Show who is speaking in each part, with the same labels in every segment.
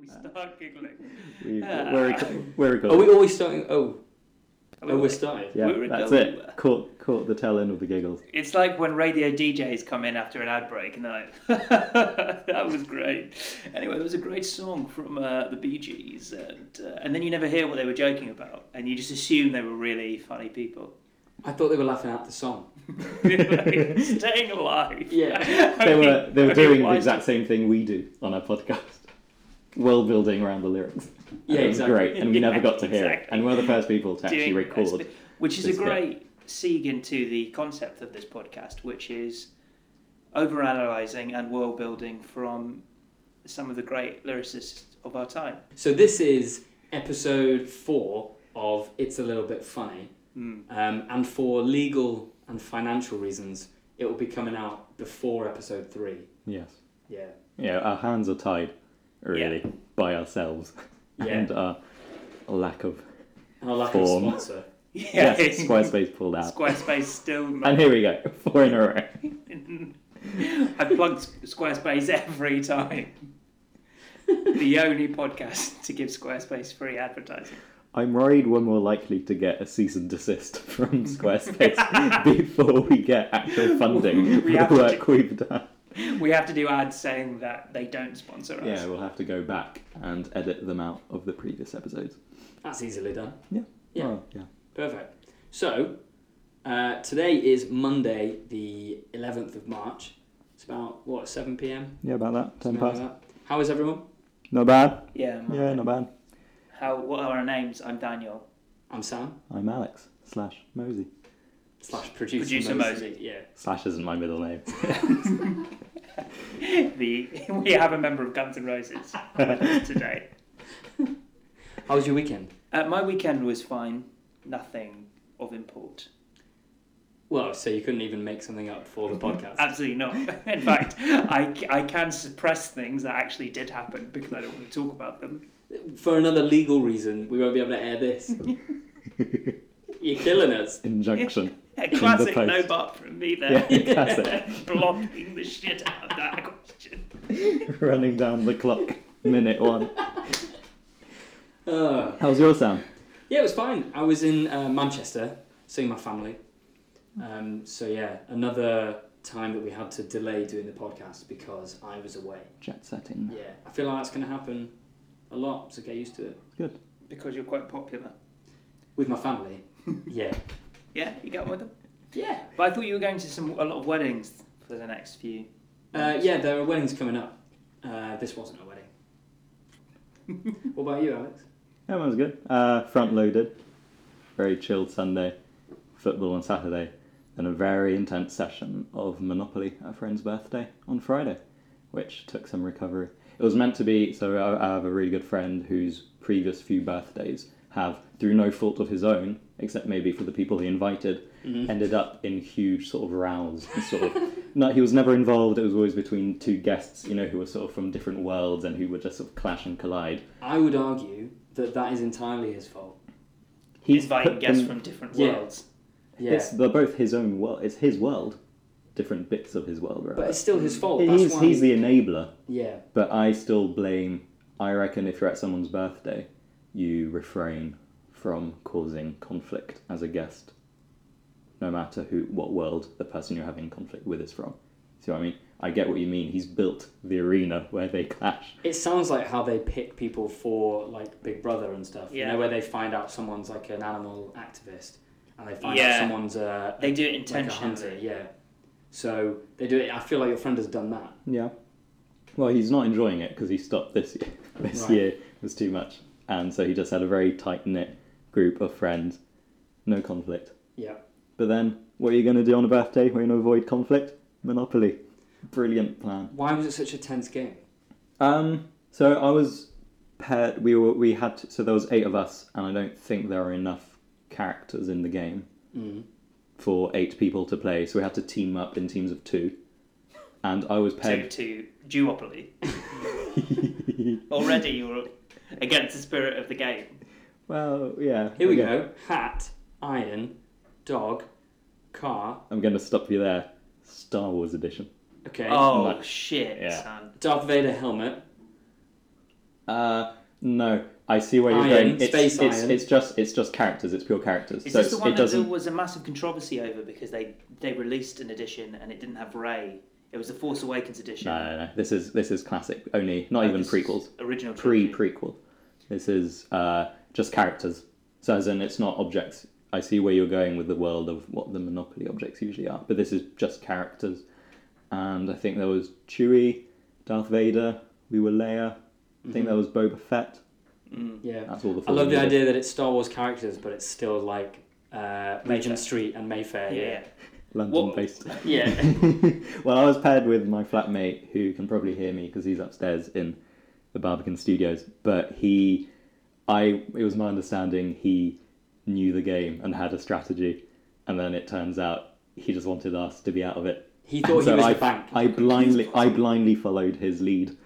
Speaker 1: we start giggling.
Speaker 2: We,
Speaker 1: Ah.
Speaker 2: we're, rec- we're
Speaker 3: Are we
Speaker 2: recording.
Speaker 3: always starting? Oh,
Speaker 1: Are
Speaker 3: oh, we're starting.
Speaker 2: yeah,
Speaker 1: we were
Speaker 2: that's
Speaker 1: going-
Speaker 2: it. Caught, caught the tail end of the giggles.
Speaker 1: It's like when radio DJs come in after an ad break and they're like, that was great. Anyway, it was a great song from uh, the Bee Gees, and, uh, and then you never hear what they were joking about, and you just assume they were really funny people.
Speaker 3: I thought they were laughing at the song.
Speaker 1: Like, staying alive.
Speaker 3: Yeah.
Speaker 2: They were they were
Speaker 1: Okay,
Speaker 2: doing the
Speaker 1: why-
Speaker 2: exact same thing we do on our podcast, world building around the lyrics. And
Speaker 3: Yeah,
Speaker 2: it was
Speaker 3: exactly.
Speaker 2: Great, and we never
Speaker 1: Yeah,
Speaker 2: got to hear it.
Speaker 1: exactly.
Speaker 2: And we're the first people to actually
Speaker 1: doing
Speaker 2: record.
Speaker 1: this bit, which is
Speaker 2: this
Speaker 1: a
Speaker 2: bit.
Speaker 1: great segue into the concept of this podcast, which is overanalyzing and world building from some of the great lyricists of our time.
Speaker 3: So this is episode four of It's a Little Bit Funny,
Speaker 1: Mm.
Speaker 3: um, and for legal and financial reasons, it will be coming out before episode three.
Speaker 2: Yes.
Speaker 3: Yeah.
Speaker 2: Yeah, our hands are tied, really, by ourselves
Speaker 3: Yeah.
Speaker 2: and our lack of.
Speaker 3: And our lack
Speaker 2: Form.
Speaker 3: of sponsor.
Speaker 1: Yeah,
Speaker 2: Yes, Squarespace pulled out.
Speaker 1: Squarespace still.
Speaker 2: And here we go, four in a row.
Speaker 1: I've plugged Squarespace every time. the only podcast to give Squarespace free advertising.
Speaker 2: I'm worried we're more likely to get a cease and desist from Squarespace before we get actual funding
Speaker 1: We
Speaker 2: for
Speaker 1: have
Speaker 2: the
Speaker 1: to
Speaker 2: work
Speaker 1: do-
Speaker 2: we've done.
Speaker 1: We have to do ads saying that they don't sponsor us.
Speaker 2: Yeah, we'll have to go back and edit them out of the previous episodes.
Speaker 3: That's easily done.
Speaker 2: Yeah.
Speaker 3: Yeah.
Speaker 2: Well, yeah.
Speaker 3: Perfect. So, uh, today is Monday, the 11th of March. It's about, what, 7 pm?
Speaker 2: Yeah, about that. Ten
Speaker 3: Something like
Speaker 2: past.
Speaker 3: that. How is everyone?
Speaker 2: Not bad.
Speaker 1: Yeah. man.
Speaker 2: Yeah, not bad.
Speaker 1: How? What are our names? I'm Daniel.
Speaker 3: I'm Sam,
Speaker 2: I'm Alex slash Mosey.
Speaker 3: slash producer,
Speaker 1: Producer
Speaker 3: Mosey.
Speaker 1: Mosey.
Speaker 3: Yeah.
Speaker 2: Slash isn't my middle name.
Speaker 1: The we have a member of Guns N' Roses with us today.
Speaker 3: How was your weekend?
Speaker 1: Uh, my weekend was fine. Nothing of import.
Speaker 3: Well, so you couldn't even make something up for the podcast.
Speaker 1: Absolutely not. In fact, I, I can suppress things that actually did happen because I don't want to talk about them.
Speaker 3: For another legal reason, we won't be able to air this. You're killing us.
Speaker 2: Injunction.
Speaker 1: A classic
Speaker 2: post.
Speaker 1: no bark from me there.
Speaker 2: Yeah, classic.
Speaker 1: Blocking the shit out of that question.
Speaker 2: Running down the clock. Minute one.
Speaker 3: Uh,
Speaker 2: How's your sound?
Speaker 3: yeah, it was fine. I was in uh, Manchester seeing my family. Um, so, yeah, another time that we had to delay doing the podcast because I was away.
Speaker 2: Jet setting.
Speaker 3: Yeah, I feel like that's going to happen a lot, so get used to it.
Speaker 2: Good.
Speaker 1: Because you're quite popular.
Speaker 3: With my family. Yeah.
Speaker 1: Yeah, you get with them.
Speaker 3: Yeah.
Speaker 1: But I thought you were going to some a lot of weddings for the next few.
Speaker 3: Uh, yeah, there are weddings coming up. Uh, this wasn't a wedding. what about you, Alex?
Speaker 2: That one's good. Uh, front loaded. Very chilled Sunday. Football on Saturday. Then a very intense session of Monopoly at a friend's birthday on Friday, which took some recovery. It was meant to be, so I I have a really good friend whose previous few birthdays have, through no fault of his own, except maybe for the people he invited,
Speaker 1: Mm-hmm.
Speaker 2: ended up in huge sort of rows. and Sort of, no, he was never involved. It was always between two guests, you know, who were sort of from different worlds and who would just sort of clash and collide.
Speaker 3: I would argue that that is entirely his fault.
Speaker 2: He's
Speaker 1: inviting
Speaker 2: put
Speaker 1: guests
Speaker 2: them-
Speaker 1: from different
Speaker 3: Yeah.
Speaker 1: worlds.
Speaker 3: Yeah,
Speaker 2: It's they're both his own world. It's his world, different bits of his world. Right?
Speaker 3: but it's still his fault. That's
Speaker 2: he's
Speaker 3: why.
Speaker 2: he's the enabler.
Speaker 3: Yeah,
Speaker 2: But I still blame. I reckon if you're at someone's birthday, you refrain from causing conflict as a guest, no matter who, what world the person you're having conflict with is from. See what I mean? I get what you mean. He's built the arena where they clash.
Speaker 3: it sounds like how they pick people for like Big Brother and stuff. You
Speaker 1: Yeah.
Speaker 3: know, where they find out someone's like an animal activist, and they find out
Speaker 1: Yeah.
Speaker 3: someone's uh,
Speaker 1: They do it
Speaker 3: like a hunter.
Speaker 1: intentionally.
Speaker 3: Yeah. So they do it. I feel like your friend has done that.
Speaker 2: Yeah. Well, he's not enjoying it because he stopped this year. This
Speaker 3: Right.
Speaker 2: year was too much, and so he just had a very tight knit group of friends, no conflict.
Speaker 3: Yeah.
Speaker 2: But then, what are you going to do on a birthday? We're going to avoid conflict. Monopoly. Brilliant plan.
Speaker 3: Why was it such a tense game?
Speaker 2: Um, so I was paired. We were. We had. so there was eight of us, and I don't think there are enough characters in the game
Speaker 3: Mm.
Speaker 2: for eight people to play. So we had to team up in teams of two, and I was
Speaker 1: So
Speaker 2: paired.
Speaker 1: to duopoly. Already you're against the spirit of the game.
Speaker 2: Well, yeah.
Speaker 3: Here we
Speaker 2: okay.
Speaker 3: go. Hat, iron, dog, car.
Speaker 2: I'm going to stop you there. Star Wars edition.
Speaker 3: Okay.
Speaker 1: Oh
Speaker 2: Like-
Speaker 1: shit,
Speaker 2: yeah.
Speaker 1: son.
Speaker 3: Darth Vader helmet.
Speaker 2: Uh, no, I see where you're
Speaker 3: Iron,
Speaker 2: going. It's,
Speaker 3: space
Speaker 2: it's,
Speaker 3: iron.
Speaker 2: it's just it's just characters. It's pure characters.
Speaker 1: Is
Speaker 2: so
Speaker 1: this
Speaker 2: it's,
Speaker 1: the one
Speaker 2: it
Speaker 1: that there
Speaker 2: doesn't.
Speaker 1: was a massive controversy over because they they released an edition and it didn't have Ray? It was the Force Awakens edition.
Speaker 2: No, no, no. This is this is classic. Only not
Speaker 1: Like,
Speaker 2: even
Speaker 1: this is
Speaker 2: prequels.
Speaker 1: Original
Speaker 2: Pre
Speaker 1: trilogy.
Speaker 2: prequel. This is uh, just characters. So as in, it's not objects. I see where you're going with the world of what the Monopoly objects usually are, but this is just characters. And I think there was Chewie, Darth Vader. We were Leia. I think there was Boba Fett.
Speaker 3: Yeah.
Speaker 2: That's all the.
Speaker 3: I love the
Speaker 2: Force
Speaker 3: idea that it's Star Wars characters, but it's still like uh, Regent Street and Mayfair.
Speaker 1: Yeah.
Speaker 3: Yeah.
Speaker 1: yeah.
Speaker 2: London based.
Speaker 1: Yeah.
Speaker 2: well, I was paired with my flatmate who can probably hear me because he's upstairs in the Barbican Studios. But he, I, it was my understanding he knew the game and had a strategy, and then it turns out he just wanted us to be out of it.
Speaker 3: He thought
Speaker 2: So
Speaker 3: he was
Speaker 2: I,
Speaker 3: the bank.
Speaker 2: I blindly, I blindly followed his lead,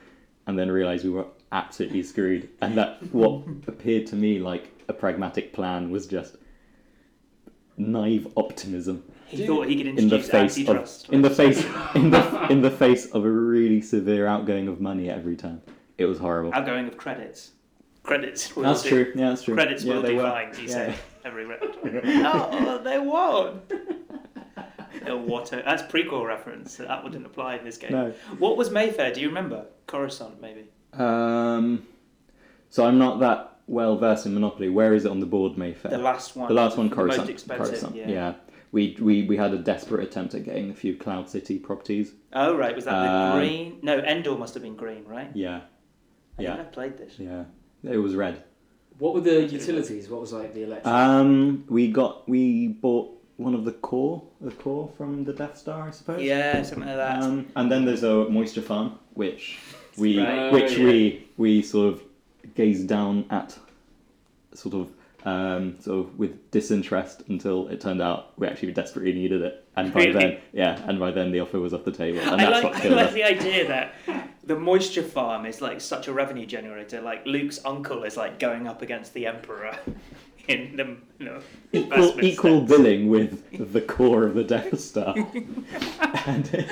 Speaker 2: and then realised we were absolutely screwed, and that what appeared to me like a pragmatic plan was just naive optimism
Speaker 1: He
Speaker 3: Dude.
Speaker 1: thought he could
Speaker 2: in the
Speaker 1: introduce
Speaker 2: face
Speaker 1: antitrust.
Speaker 2: of in the face in the in the face of a really severe outgoing of money every time. It was horrible.
Speaker 1: outgoing of credits. Credits. Will
Speaker 2: That's
Speaker 1: do.
Speaker 2: true. Yeah, that's true.
Speaker 1: Credits
Speaker 2: yeah,
Speaker 1: will
Speaker 2: they
Speaker 1: be
Speaker 2: were.
Speaker 1: fines, you
Speaker 2: Yeah.
Speaker 1: say every round. oh, they won. El Watto. That's prequel reference. So that wouldn't apply in this game.
Speaker 2: No.
Speaker 1: What was Mayfair? Do you remember? Coruscant, maybe.
Speaker 2: Um, so I'm not that well versed in Monopoly. Where is it on the board, Mayfair?
Speaker 1: The last one.
Speaker 2: Uh, The last one,
Speaker 1: the
Speaker 2: Coruscant.
Speaker 1: Most expensive.
Speaker 2: Coruscant,
Speaker 1: Yeah.
Speaker 2: We, we we had a desperate attempt at getting a few Cloud City properties.
Speaker 1: Oh right, was that
Speaker 2: Um,
Speaker 1: the green? No, Endor must have been green, right?
Speaker 2: Yeah,
Speaker 1: I
Speaker 2: yeah.
Speaker 1: think I played this.
Speaker 2: yeah. It was red.
Speaker 3: What were the utilities? What was like the electric?
Speaker 2: Um, we got we bought one of the core, the core from the Death Star, I suppose.
Speaker 1: Yeah, something like that.
Speaker 2: Um, and then there's a moisture farm, which we
Speaker 1: Right.
Speaker 2: which
Speaker 3: Oh, yeah.
Speaker 2: we we sort of gaze down at, sort of um, sort of with disinterest until it turned out we actually desperately needed it, and by
Speaker 1: Really?
Speaker 2: then yeah, and by then the offer was off the table, and
Speaker 1: I
Speaker 2: that's
Speaker 1: like,
Speaker 2: what
Speaker 1: I
Speaker 2: killed
Speaker 1: like
Speaker 2: us.
Speaker 1: the idea that the moisture farm is like such a revenue generator. Like Luke's uncle is like going up against the emperor in the you know,
Speaker 2: Equal,
Speaker 1: investment
Speaker 2: equal
Speaker 1: step.
Speaker 2: billing with the core of the Death Star, and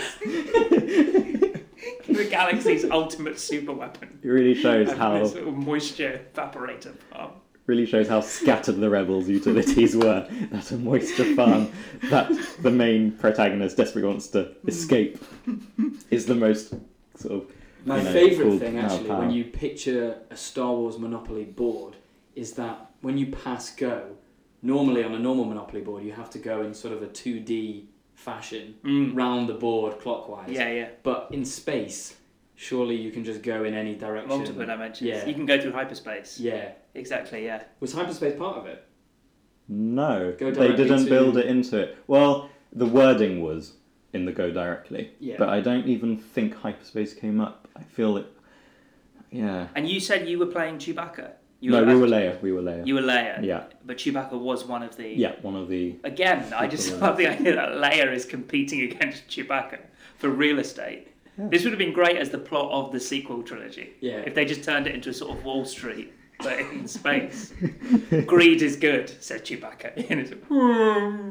Speaker 2: it's-
Speaker 1: the galaxy's ultimate super weapon.
Speaker 2: it really shows how
Speaker 1: This little moisture evaporator farm.
Speaker 2: really shows how scattered the rebels' utilities were. That a moisture farm that the main protagonist desperately wants to
Speaker 3: Hmm.
Speaker 2: escape is the most sort of.
Speaker 3: My
Speaker 2: you know,
Speaker 3: favourite
Speaker 2: called
Speaker 3: thing,
Speaker 2: Mao
Speaker 3: actually,
Speaker 2: Pao.
Speaker 3: when you picture a Star Wars Monopoly board, is that when you pass go, normally on a normal Monopoly board, you have to go in sort of a 2D fashion
Speaker 1: Mm.
Speaker 3: round the board clockwise.
Speaker 1: Yeah, yeah.
Speaker 3: But in space, surely you can just go in any direction.
Speaker 1: Multiple dimensions.
Speaker 3: Yeah.
Speaker 1: You can go through hyperspace.
Speaker 3: Yeah.
Speaker 1: Exactly. Yeah.
Speaker 3: Was hyperspace part of it?
Speaker 2: No,
Speaker 3: Go
Speaker 2: they
Speaker 3: directly
Speaker 2: didn't
Speaker 3: to-
Speaker 2: build it into it. Well, the wording was in the go directly,
Speaker 3: Yeah.
Speaker 2: but I don't even think hyperspace came up. I feel it. Yeah.
Speaker 1: And you said you were playing Chewbacca. You
Speaker 2: no,
Speaker 1: were
Speaker 2: we
Speaker 1: act-
Speaker 2: were Leia. We were Leia.
Speaker 1: You were Leia.
Speaker 2: Yeah,
Speaker 1: But Chewbacca was one of the.
Speaker 2: yeah. One of the
Speaker 1: Again, I just
Speaker 2: Equivalent.
Speaker 1: love the idea that Leia is competing against Chewbacca for real estate.
Speaker 2: Yeah.
Speaker 1: This would have been great as the plot of the sequel trilogy.
Speaker 3: Yeah.
Speaker 1: If they just turned it into a sort of Wall Street, but in space. Greed is good, said Chewbacca. And it's like, "Hmm."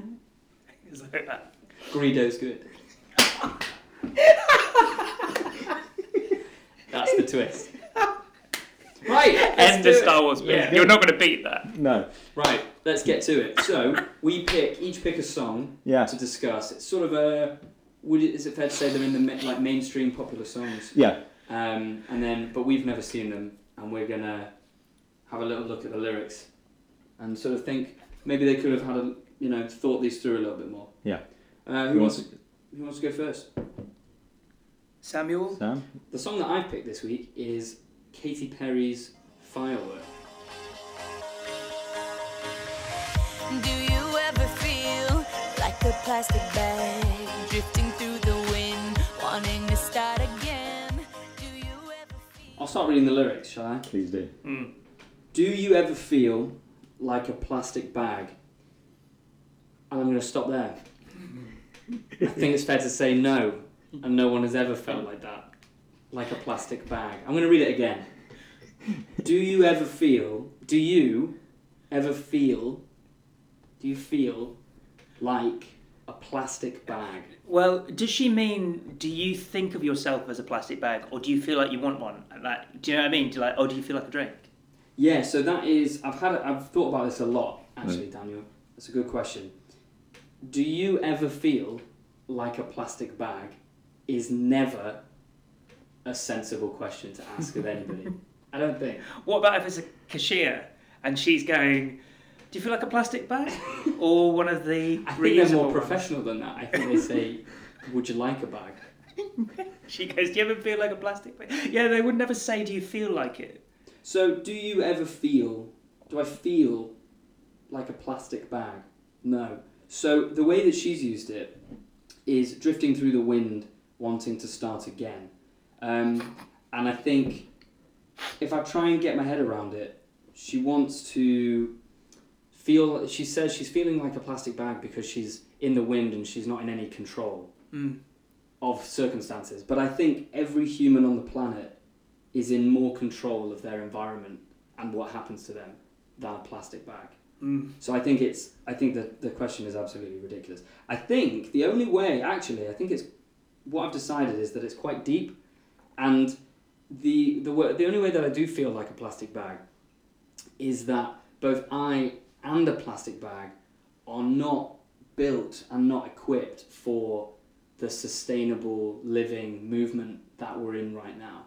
Speaker 1: It's like that.
Speaker 3: Greedo's good. That's the twist. Right. let's
Speaker 1: End
Speaker 3: do
Speaker 1: the
Speaker 3: it.
Speaker 1: Star Wars movie.
Speaker 3: Yeah.
Speaker 1: You're not going to beat that.
Speaker 2: no.
Speaker 3: Right, let's get to it. So we pick each pick a song
Speaker 2: Yeah.
Speaker 3: to discuss. It's sort of a would it, is it fair to say they're in the ma- like mainstream popular songs?
Speaker 2: Yeah.
Speaker 3: Um, and then but we've never seen them, and we're gonna have a little look at the lyrics and sort of think maybe they could have had a you know thought these through a little bit more.
Speaker 2: Yeah.
Speaker 3: Uh, who wants who wants to go first?
Speaker 1: Samuel?
Speaker 2: Sam.
Speaker 3: The song that I've picked this week is Katy Perry's Firework.
Speaker 4: Do you ever feel like a plastic bag drifting through the wind, wanting to start again? Do you ever feel?
Speaker 3: I'll start reading the lyrics, shall I?
Speaker 2: Please do.
Speaker 3: Do you ever feel like a plastic bag? And I'm going to stop there. I think it's fair to say no, and no one has ever felt like that. Like a plastic bag. I'm going to read it again. Do you ever feel, do you ever feel, do you feel like a plastic bag.
Speaker 1: Well, does she mean? Do you think of yourself as a plastic bag, or do you feel like you want one? Like, do you know what I mean? Do you like, or do you feel like a drink?
Speaker 3: Yeah, so that is. I've had. I've thought about this a lot, actually, Daniel. That's a good question. Do you ever feel like a plastic bag? Is never a sensible question to ask of anybody. I don't think.
Speaker 1: What about if it's a cashier and she's going, "Do you feel like a plastic bag, or one of the?"
Speaker 3: I think they're
Speaker 1: reusable
Speaker 3: more
Speaker 1: ones?"
Speaker 3: professional than that. I think they say, "Would you like a bag?"
Speaker 1: She goes, "Do you ever feel like a plastic bag?" Yeah, they would never say, "Do you feel like it?"
Speaker 3: So, do you ever feel? Do I feel like a plastic bag? No. So the way that she's used it is drifting through the wind, wanting to start again. Um, and I think if I try and get my head around it, she wants to feel. She says she's feeling like a plastic bag because she's in the wind and she's not in any control
Speaker 1: Mm.
Speaker 3: of circumstances. But I think every human on the planet is in more control of their environment and what happens to them than a plastic bag.
Speaker 1: Mm.
Speaker 3: So I think it's I think that the question is absolutely ridiculous. I think the only way actually I think it's what I've decided is that it's quite deep and the the wo- the only way that I do feel like a plastic bag is that both I and a plastic bag are not built and not equipped for the sustainable living movement that we're in right now.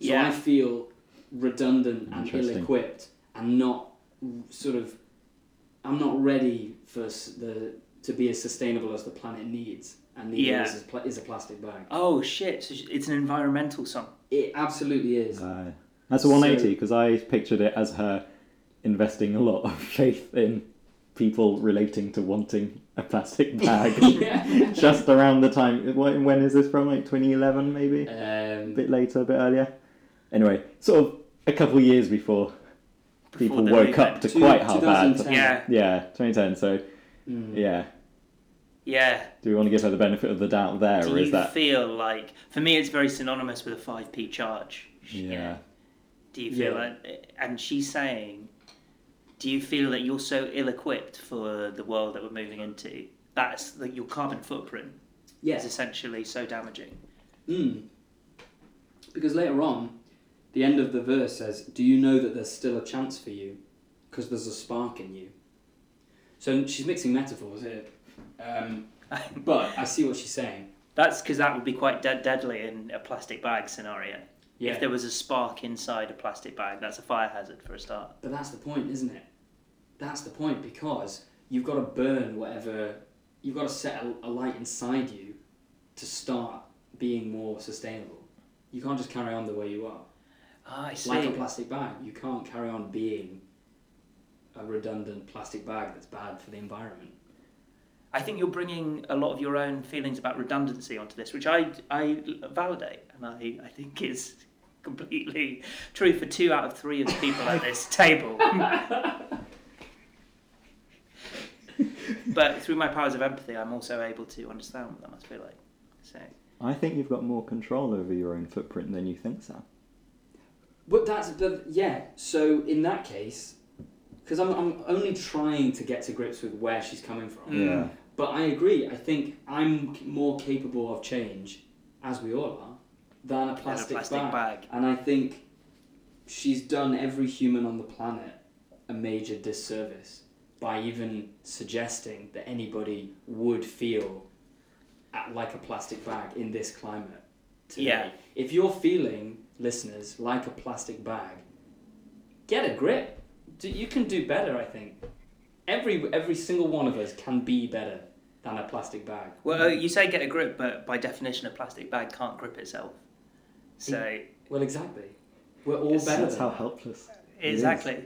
Speaker 3: So
Speaker 1: Yeah.
Speaker 3: I feel redundant and
Speaker 2: Interesting.
Speaker 3: ill-equipped and not sort of I'm not ready for s- the to be as sustainable as the planet needs, and neither
Speaker 1: Yeah.
Speaker 3: is, is, pla- is a plastic bag.
Speaker 1: Oh shit! So sh- it's an environmental song.
Speaker 3: It absolutely is.
Speaker 2: Uh, that's a 180 because I pictured it as her investing a lot of faith in people relating to wanting a plastic bag.
Speaker 3: yeah.
Speaker 2: Just around the time, when when is this from? Like 2011, maybe? A
Speaker 3: Um,
Speaker 2: bit later, a bit earlier? Anyway, sort of a couple years before people
Speaker 1: the
Speaker 2: woke up
Speaker 1: movement.
Speaker 2: to
Speaker 3: Two-
Speaker 2: quite how bad.
Speaker 3: 2010.
Speaker 1: Yeah,
Speaker 2: Yeah, 2010. So, yeah.
Speaker 1: yeah.
Speaker 2: Do we want to give her the benefit of the doubt there,
Speaker 1: Do
Speaker 2: or is
Speaker 1: you
Speaker 2: that.
Speaker 1: feel like? For me, it's very synonymous with a five p charge.
Speaker 2: Yeah.
Speaker 1: Do you feel
Speaker 3: Yeah.
Speaker 1: like? eh, And she's saying, "Do you feel that you're so ill-equipped for the world that we're moving into? That's that your carbon footprint is
Speaker 3: yes.
Speaker 1: essentially so damaging."
Speaker 3: Mm. Because later on, the end of the verse says, "Do you know that there's still a chance for you? Because there's a spark in you." So she's mixing metaphors here, um, but I see what she's saying.
Speaker 1: That's because that would be quite dead deadly in a plastic bag scenario. If there was a spark inside a plastic bag, that's a fire hazard for a start.
Speaker 3: But that's the point, isn't it? That's the point because you've got to burn whatever, you've got to set a, a light inside you to start being more sustainable. You can't just carry on the way you are.
Speaker 1: Ah, I see.
Speaker 3: Like a plastic bag, you can't carry on being a redundant plastic bag that's bad for the environment.
Speaker 1: I think you're bringing a lot of your own feelings about redundancy onto this, which I, I validate and I, I think is completely true for two out of three of the people at this table. but through my powers of empathy, I'm also able to understand what that must feel like. So
Speaker 2: I think you've got more control over your own footprint than you think, Sam.
Speaker 3: But that's, but yeah, so in that case, because I'm, I'm only trying to get to grips with where she's coming from.
Speaker 1: Yeah.
Speaker 3: But I agree. I think I'm c- more capable of change, as we all are, than a plastic,
Speaker 1: plastic
Speaker 3: bag.
Speaker 1: bag.
Speaker 3: And I think she's done every human on the planet a major disservice by even suggesting that anybody would feel at, like a plastic bag in this climate. Today.
Speaker 1: Yeah.
Speaker 3: If you're feeling, listeners, like a plastic bag, get a grip. Do, you can do better, I think. Every every single one of us can be better than a plastic bag.
Speaker 1: Well, uh, you say get a grip, but by definition, a plastic bag can't grip itself. So
Speaker 3: Well, exactly. We're all
Speaker 1: Yes,
Speaker 3: better.
Speaker 2: That's
Speaker 3: than
Speaker 2: how
Speaker 3: that.
Speaker 2: helpless. it is.
Speaker 1: exactly,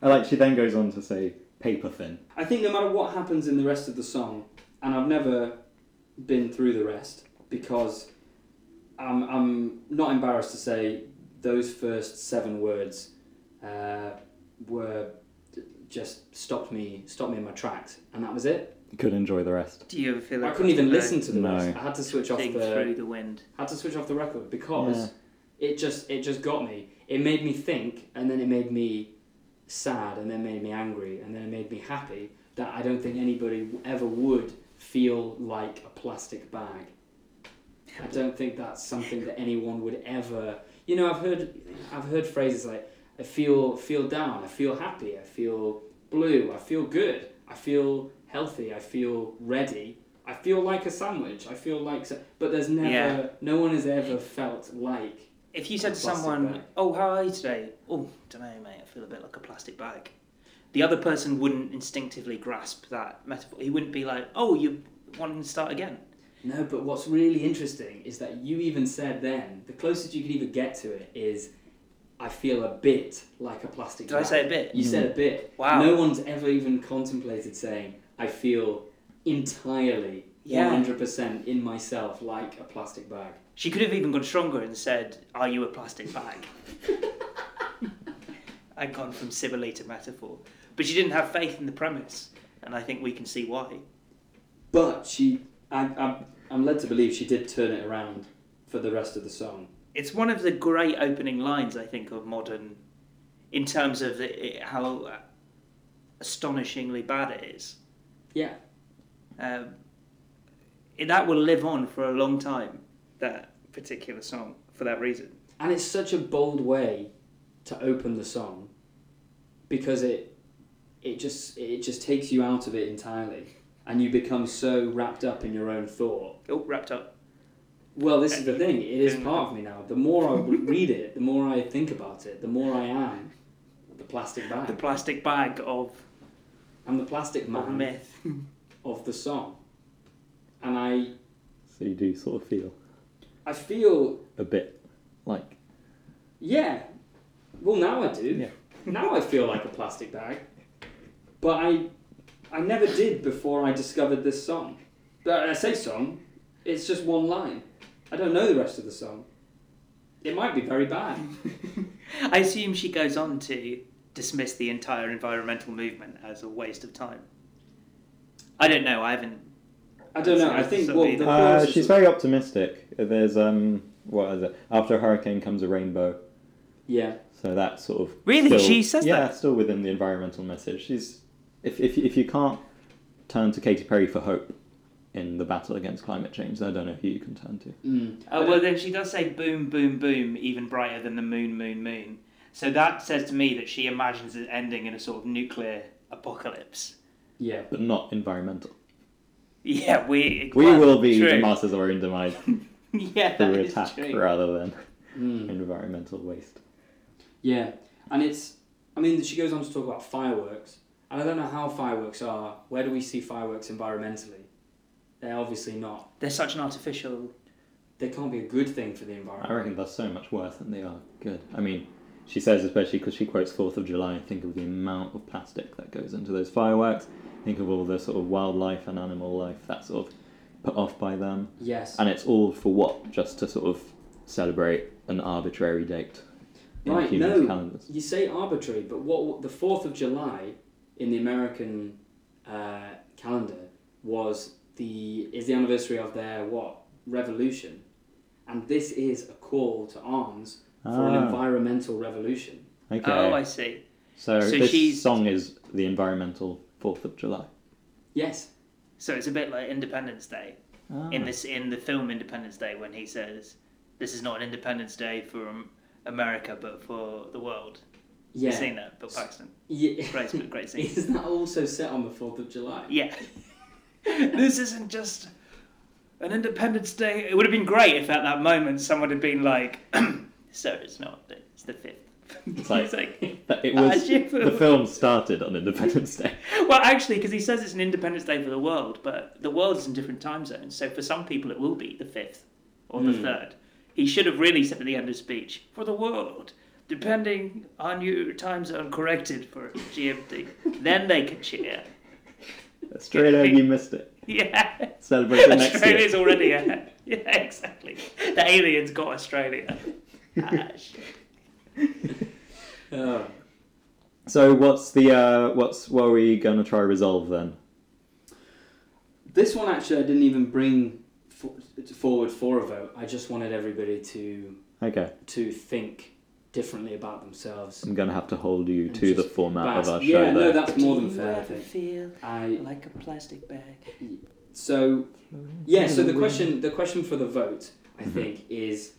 Speaker 2: I like she then goes on to say paper thin.
Speaker 3: I think no matter what happens in the rest of the song, and I've never been through the rest because I'm, I'm not embarrassed to say those first seven words uh, were just stopped me stopped me in my tracks, and that was it.
Speaker 2: Could enjoy the rest.
Speaker 1: do you ever feel
Speaker 3: I
Speaker 1: like
Speaker 3: couldn't even
Speaker 1: the
Speaker 3: listen to the
Speaker 2: No.
Speaker 3: rest. I had to switch off
Speaker 1: thing
Speaker 3: the
Speaker 1: through the wind?
Speaker 3: had to switch off the record because it just it just got me. It made me think, and then it made me sad, and then made me angry, and then it made me happy. That I don't think anybody w- ever would feel like a plastic bag. I don't think that's something that anyone would ever. You know, I've heard, I've heard phrases like "I feel feel down," "I feel happy," "I feel blue," "I feel good," "I feel healthy," "I feel ready," "I feel like a sandwich," "I feel like." So, but there's never,
Speaker 1: Yeah.
Speaker 3: no one has ever felt like
Speaker 1: If you said
Speaker 3: A
Speaker 1: to
Speaker 3: plastic
Speaker 1: someone,
Speaker 3: bag.
Speaker 1: "Oh, how are you today?" "Oh, don't know, mate. I feel a bit like a plastic bag." The other person wouldn't instinctively grasp that metaphor. He wouldn't be like, "Oh, you wanting to start again?"
Speaker 3: No, but what's really interesting is that you even said then the closest you could even get to it is, I feel a bit like a plastic.
Speaker 1: Did I
Speaker 3: bag."
Speaker 1: say a bit?
Speaker 3: You said a bit.
Speaker 1: Wow.
Speaker 3: No one's ever even contemplated saying I feel entirely,
Speaker 1: Yeah.
Speaker 3: one hundred percent in myself like a plastic bag.
Speaker 1: She could have even gone stronger and said, "Are you a plastic bag?" and gone from simile to metaphor, but she didn't have faith in the premise, and I think we can see why.
Speaker 3: But she, I, I, I'm led to believe she did turn it around for the rest of the song.
Speaker 1: It's one of the great opening lines, I think, of modern, in terms of the, how astonishingly bad it is.
Speaker 3: Yeah.
Speaker 1: Um, that will live on for a long time, that particular song, for that reason.
Speaker 3: And it's such a bold way to open the song because it it just it just takes you out of it entirely and you become so wrapped up in your own thought.
Speaker 1: Oh, wrapped up.
Speaker 3: Well, this is the thing, it is
Speaker 1: And-
Speaker 3: part of me now. The more I read it, the more I think about it, the more I am the plastic
Speaker 1: The
Speaker 3: bag.
Speaker 1: plastic bag of,
Speaker 3: I'm the plastic
Speaker 1: of
Speaker 3: man
Speaker 1: myth.
Speaker 3: of the song. And I
Speaker 2: So you do sort of feel
Speaker 3: I feel
Speaker 2: a bit like
Speaker 3: Yeah. Well, now I do.
Speaker 2: Yeah.
Speaker 3: Now I feel like a plastic bag. But I, I never did before I discovered this song. But I say song, it's just one line. I don't know the rest of the song. It might be very bad.
Speaker 1: I assume she goes on to dismiss the entire environmental movement as a waste of time. I don't know, I haven't.
Speaker 3: I don't know. I
Speaker 1: It's-
Speaker 3: think
Speaker 1: it's
Speaker 3: well,
Speaker 1: upbeat.
Speaker 3: the
Speaker 2: Uh,
Speaker 3: chorus
Speaker 2: she's
Speaker 3: is-
Speaker 2: very optimistic. There's um, what is it? After a hurricane comes a rainbow.
Speaker 3: yeah.
Speaker 2: So that sort of
Speaker 1: Really?
Speaker 2: still-
Speaker 1: She says
Speaker 2: yeah,
Speaker 1: that?
Speaker 2: still within the environmental message. She's if if if you can't turn to Katy Perry for hope in the battle against climate change, then I don't know who you can turn to.
Speaker 3: Mm. I
Speaker 1: Oh,
Speaker 3: don't-
Speaker 1: well, then she does say boom, boom, boom, even brighter than the moon, moon, moon. So that says to me that she imagines it ending in a sort of nuclear apocalypse.
Speaker 3: yeah.
Speaker 2: But not environmental.
Speaker 1: Yeah, we.
Speaker 2: We
Speaker 1: well,
Speaker 2: will be the
Speaker 1: true.
Speaker 2: masters of our own demise
Speaker 1: yeah, that
Speaker 2: through
Speaker 1: is
Speaker 2: attack
Speaker 1: true.
Speaker 2: rather than
Speaker 3: Mm.
Speaker 2: environmental waste.
Speaker 3: Yeah, and it's. I mean, she goes on to talk about fireworks, and I don't know how fireworks are. Where do we see fireworks environmentally? They're obviously not.
Speaker 1: They're such an artificial.
Speaker 3: They can't be a good thing for the environment.
Speaker 2: I reckon that's so much worse than they are good. I mean, she says especially because she quotes Fourth of July. Think of the amount of plastic that goes into those fireworks. Think of all the sort of wildlife and animal life that's sort of put off by them.
Speaker 3: Yes.
Speaker 2: And it's all for what? Just to sort of celebrate an arbitrary date in
Speaker 3: Right,
Speaker 2: humans'
Speaker 3: no.
Speaker 2: calendars.
Speaker 3: You say arbitrary, but what the Fourth of July in the American uh, calendar was the is the anniversary of their what revolution, and this is a call to arms for an
Speaker 2: Ah.
Speaker 3: environmental revolution.
Speaker 2: Okay.
Speaker 1: Oh, I see.
Speaker 2: so,
Speaker 1: so
Speaker 2: this
Speaker 1: she's-
Speaker 2: song is the environmental Fourth of July.
Speaker 3: Yes.
Speaker 1: So it's a bit like Independence Day
Speaker 2: Ah.
Speaker 1: in this in the film Independence Day when he says, "This is not an Independence Day for um, America, but for the world."
Speaker 3: Yeah.
Speaker 1: You've seen that, Bill Paxton.
Speaker 3: Yeah.
Speaker 1: Great- great scene.
Speaker 3: Is that also set on the Fourth of July?
Speaker 1: Yeah. this isn't just an Independence Day. It would have been great if at that moment someone had been like, "Sir, it's not. It's the fifth. It's
Speaker 2: like-
Speaker 1: like,
Speaker 2: But it
Speaker 1: Ah,
Speaker 2: was
Speaker 1: shit.
Speaker 2: the film started on Independence Day.
Speaker 1: well, actually, because he says it's an Independence Day for the world, but the world is in different time zones. So for some people, it will be the fifth or the
Speaker 3: Hmm.
Speaker 1: third. He should have really said at the end of speech for the world, depending on your time zone corrected for GMT. then they can cheer.
Speaker 2: Australia, you missed it.
Speaker 1: Yeah.
Speaker 2: Celebrate it next year.
Speaker 1: Australia's already ahead. Yeah, exactly. The aliens got Australia. Ah, shit.
Speaker 3: Oh.
Speaker 2: So what's the uh, what's what are we gonna try resolve then?
Speaker 3: This one actually, I didn't even bring for, forward for a vote. I just wanted everybody to
Speaker 2: Okay,
Speaker 3: to think differently about themselves.
Speaker 2: I'm gonna have to hold you
Speaker 3: And
Speaker 2: to the
Speaker 3: just
Speaker 2: format of
Speaker 3: But-
Speaker 2: our show.
Speaker 3: yeah, no,
Speaker 2: though.
Speaker 3: that's more than
Speaker 1: Do you
Speaker 3: fair. I
Speaker 1: ever
Speaker 3: think.
Speaker 1: feel
Speaker 3: I
Speaker 1: like a plastic bag?
Speaker 3: So yeah, so the question the question for the vote, I
Speaker 2: Mm-hmm.
Speaker 3: think, is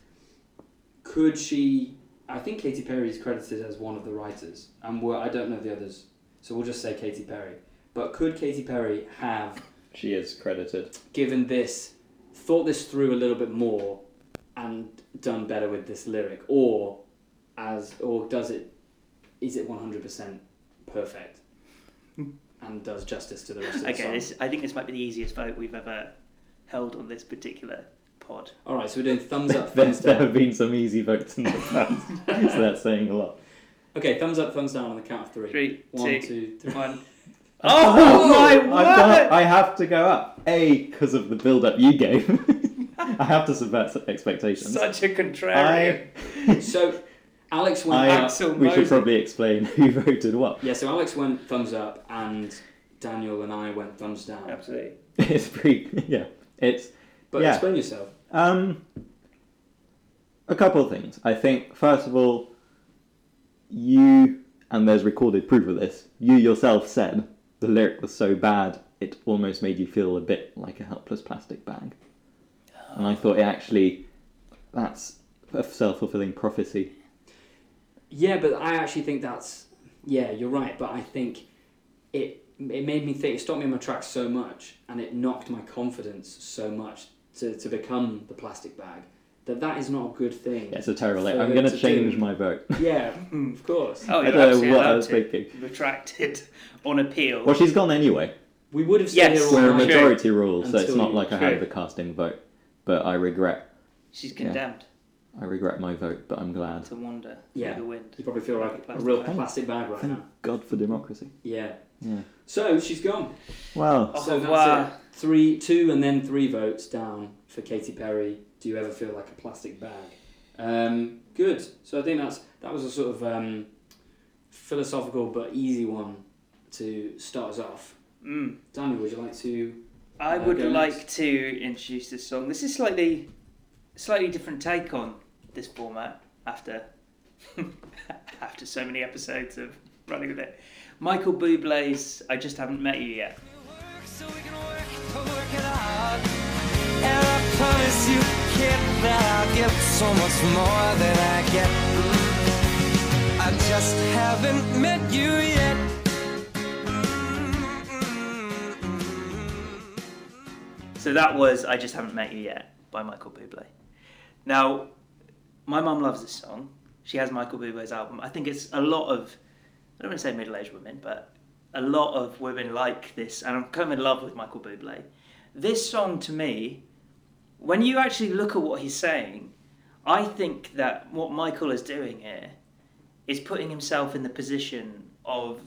Speaker 3: could she I think Katy Perry is credited as one of the writers and we're, I don't know the others. So we'll just say Katy Perry. But could Katy Perry have
Speaker 2: She is credited.
Speaker 3: given this thought this through a little bit more and done better with this lyric or as or does it is it 100% perfect and does justice to the rest of the
Speaker 1: Okay,
Speaker 3: song?
Speaker 1: this, I think this might be the easiest vote we've ever held on this particular pod.
Speaker 3: All right, so we're doing thumbs up,
Speaker 2: There,
Speaker 3: thumbs
Speaker 2: there
Speaker 3: down.
Speaker 2: have been some easy votes in the past, so that's saying a lot.
Speaker 3: Okay, thumbs up, thumbs down on the count of three.
Speaker 1: Three,
Speaker 3: One,
Speaker 1: two,
Speaker 3: two, three.
Speaker 1: one. Oh, my
Speaker 2: I've got,
Speaker 1: word!
Speaker 2: I have to go up. A, because of the build up you gave. I have to subvert s- expectations.
Speaker 1: Such a contrarian.
Speaker 2: I,
Speaker 3: So, Alex went
Speaker 2: I,
Speaker 3: up.
Speaker 1: Axel
Speaker 2: we should
Speaker 1: Moses.
Speaker 2: probably explain who voted what.
Speaker 3: Yeah, so Alex went thumbs up, and Daniel and I went thumbs down.
Speaker 1: Absolutely.
Speaker 2: It's pretty, yeah. It's
Speaker 3: But
Speaker 2: Yeah.
Speaker 3: explain yourself.
Speaker 2: Um, a couple of things. I think, first of all, you, and there's recorded proof of this, you yourself said the lyric was so bad it almost made you feel a bit like a helpless plastic bag. And I thought it actually, that's a self fulfilling prophecy.
Speaker 3: Yeah, but I actually think that's. Yeah, you're right, but I think it it made me think. It stopped me in my tracks so much, and it knocked my confidence so much to, to become the plastic bag. That that is not a good thing.
Speaker 2: Yeah, it's a terrible.
Speaker 3: So
Speaker 2: I'm going to
Speaker 3: it's a
Speaker 2: change
Speaker 3: do.
Speaker 2: my vote.
Speaker 3: Yeah, mm, of course.
Speaker 1: Oh,
Speaker 2: I
Speaker 1: you're
Speaker 2: don't know
Speaker 1: absolutely
Speaker 2: what I
Speaker 1: allowed
Speaker 2: was
Speaker 1: to.
Speaker 2: thinking.
Speaker 1: Retracted on appeal.
Speaker 2: Well, she's gone anyway.
Speaker 3: We would have stayed
Speaker 1: Yes.
Speaker 3: here all
Speaker 2: We're a
Speaker 3: night.
Speaker 1: True.
Speaker 2: majority rule, so it's
Speaker 3: Until
Speaker 2: not
Speaker 3: you-
Speaker 2: like I had
Speaker 1: true.
Speaker 2: the casting vote. But I regret,
Speaker 1: She's condemned
Speaker 2: I regret my vote. But I'm glad.
Speaker 1: to wander
Speaker 3: Yeah.
Speaker 1: through the wind.
Speaker 3: You probably feel like a
Speaker 1: Plastic
Speaker 3: real
Speaker 1: bag.
Speaker 3: plastic bag right
Speaker 2: Thank
Speaker 3: now.
Speaker 2: God for democracy.
Speaker 3: Yeah.
Speaker 2: Yeah.
Speaker 3: So she's gone.
Speaker 2: Well,
Speaker 1: Au
Speaker 3: so
Speaker 1: revoir.
Speaker 3: Oh, that's it. Three, two, and then three votes down for Katy Perry. Do you ever feel like a plastic bag? Um, good. So I think that's that was a sort of um, philosophical but easy one to start us off.
Speaker 1: Mm.
Speaker 3: Daniel, would you like to?
Speaker 1: I
Speaker 3: Uh,
Speaker 1: would
Speaker 3: go
Speaker 1: like
Speaker 3: next.
Speaker 1: to introduce this song. This is slightly, slightly different take on this format after, after so many episodes of running with it. Michael Bublé's "I Just Haven't Met You Yet."
Speaker 4: So we can work to work it out. And I promise you, kid, that I'll get so much more than I get. I just haven't met you yet.
Speaker 1: So that was "I Just Haven't Met You Yet" by Michael Bublé. Now, my mum loves this song. She has Michael Bublé's album. I think it's a lot of, I don't want to say middle-aged women, but a lot of women like this, and I'm kind of in love with Michael Bublé. This song to me, when you actually look at what he's saying, I think that what Michael is doing here is putting himself in the position of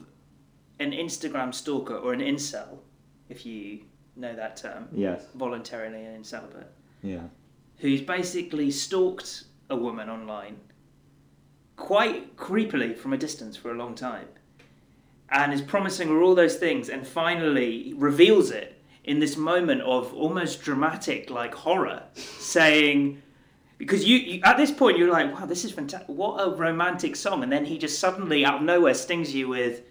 Speaker 1: an Instagram stalker or an incel, if you know that term
Speaker 2: yes.
Speaker 1: voluntarily and celibate,
Speaker 2: Yeah.
Speaker 1: who's basically stalked a woman online quite creepily from a distance for a long time and is promising her all those things and finally reveals it in this moment of almost dramatic like horror saying because you, you at this point you're like wow this is fantastic what a romantic song and then he just suddenly out of nowhere stings you with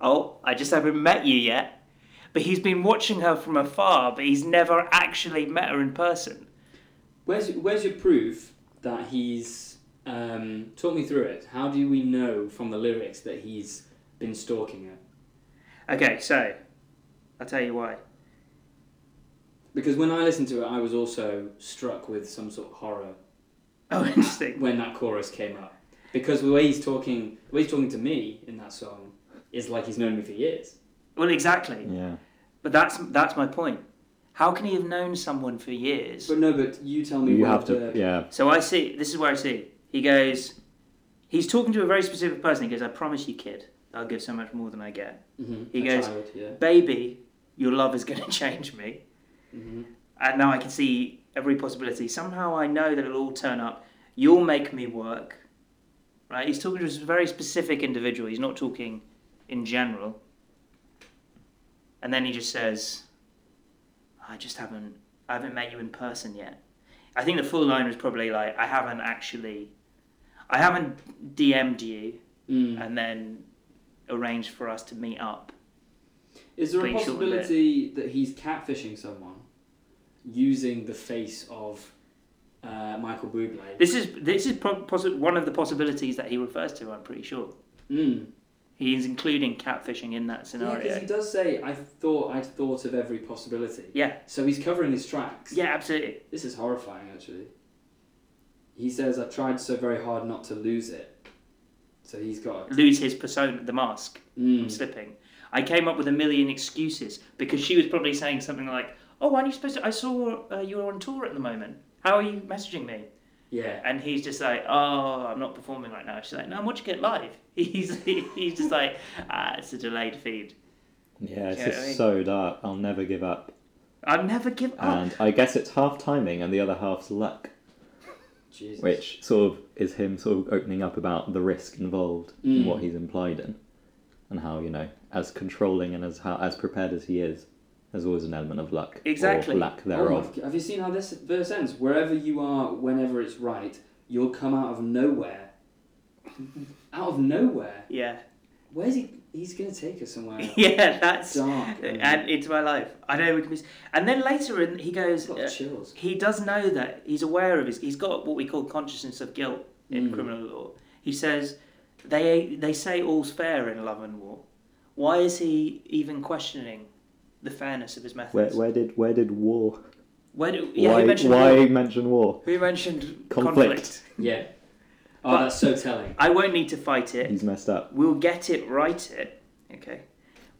Speaker 1: oh i just haven't met you yet but he's been watching her from afar but he's never actually met her in person
Speaker 3: Where's Where's your proof that he's? Um, talk me through it. How do we know from the lyrics that he's been stalking her?
Speaker 1: Okay, so I'll tell you why.
Speaker 3: Because when I listened to it, I was also struck with some sort of horror
Speaker 1: Oh, interesting.
Speaker 3: when that chorus came up. Because the way he's talking, the way he's talking to me in that song is like he's known me for years.
Speaker 1: Well, exactly.
Speaker 2: Yeah.
Speaker 1: But that's that's my point. How can he have known someone for years?
Speaker 3: But no, but you tell me.
Speaker 2: You
Speaker 3: where
Speaker 2: have to.
Speaker 3: the-
Speaker 2: Yeah.
Speaker 1: So I see. This is where I see. He goes. He's talking to a very specific person. He goes, "I promise you, kid, I'll give so much more than I get.
Speaker 3: Mhm,
Speaker 1: He
Speaker 3: a
Speaker 1: goes-
Speaker 3: child, yeah.
Speaker 1: Baby, your love is going to change me."
Speaker 3: Mhm.
Speaker 1: And now I can see every possibility. Somehow I know that it'll all turn up. You'll make me work. Right? He's talking to a very specific individual. He's not talking in general. And then he just says, I just haven't I haven't met you in person yet. I think the full line was probably like, I haven't actually I haven't DM'd you
Speaker 3: Mm.
Speaker 1: uh, and then arranged for us to meet up.
Speaker 3: Is there a
Speaker 1: Being short and
Speaker 3: possibility that he's catfishing someone using the face of uh, Michael Bublé?
Speaker 1: This is this is pro- possi- one of the possibilities that he refers to. I'm pretty sure
Speaker 3: Mm.
Speaker 1: he is including catfishing in that
Speaker 3: Yeah,
Speaker 1: scenario.
Speaker 3: because he does say, "I thought I thought of every possibility."
Speaker 1: Yeah.
Speaker 3: So he's covering his tracks.
Speaker 1: yeah, absolutely.
Speaker 3: This is horrifying, actually. He says, "I tried so very hard not to lose it." So he's got.
Speaker 1: Lose his persona, the mask. I'm
Speaker 3: Mm.
Speaker 1: slipping. I came up with a million excuses because she was probably saying something like, "Oh, aren't you supposed to? I saw uh, you're on tour at the moment. How are you messaging me?"
Speaker 3: Yeah.
Speaker 1: And he's just like, "Oh, I'm not performing right now." She's like, "No, I'm watching it live." He's he's just like, "Ah, it's a delayed feed.
Speaker 2: Yeah, it's
Speaker 1: Yeah, I mean-
Speaker 2: just so dark. I'll never give up.
Speaker 1: I'll never give up."
Speaker 2: And I guess it's half timing and the other half's luck,
Speaker 3: Jesus.
Speaker 2: which sort of is him sort of opening up about the risk involved
Speaker 3: Mm.
Speaker 2: in what he's implied in, and how you know as controlling and as how as prepared as he is, there's always an element of luck
Speaker 1: Exactly.
Speaker 2: or lack
Speaker 3: Oh my
Speaker 2: thereof.
Speaker 3: g- have you seen how this verse ends? Wherever you are, whenever it's right, you'll come out of nowhere. out of nowhere.
Speaker 1: Yeah,
Speaker 3: Where's he? He's gonna take us somewhere
Speaker 1: yeah, that's
Speaker 3: dark.
Speaker 1: Mm-hmm. and into my life. I know we can miss. And then later, in he goes.
Speaker 3: I've got
Speaker 1: uh,
Speaker 3: chills.
Speaker 1: he does know that he's aware of his he's got what we call consciousness of guilt in
Speaker 2: Mm-hmm.
Speaker 3: Mm.
Speaker 1: criminal law he says they they say all's fair in love and war why is he even questioning the fairness of his methods
Speaker 2: Where, where did where did war?
Speaker 1: Where do, yeah,
Speaker 2: why
Speaker 1: who mentioned
Speaker 2: why
Speaker 1: war?
Speaker 2: mention war?
Speaker 1: who mentioned conflict.
Speaker 2: Conflict.
Speaker 3: Yeah. Oh,
Speaker 1: But-
Speaker 3: that's so telling.
Speaker 1: i won't need to fight it
Speaker 2: He's messed up.
Speaker 1: we'll get it right it okay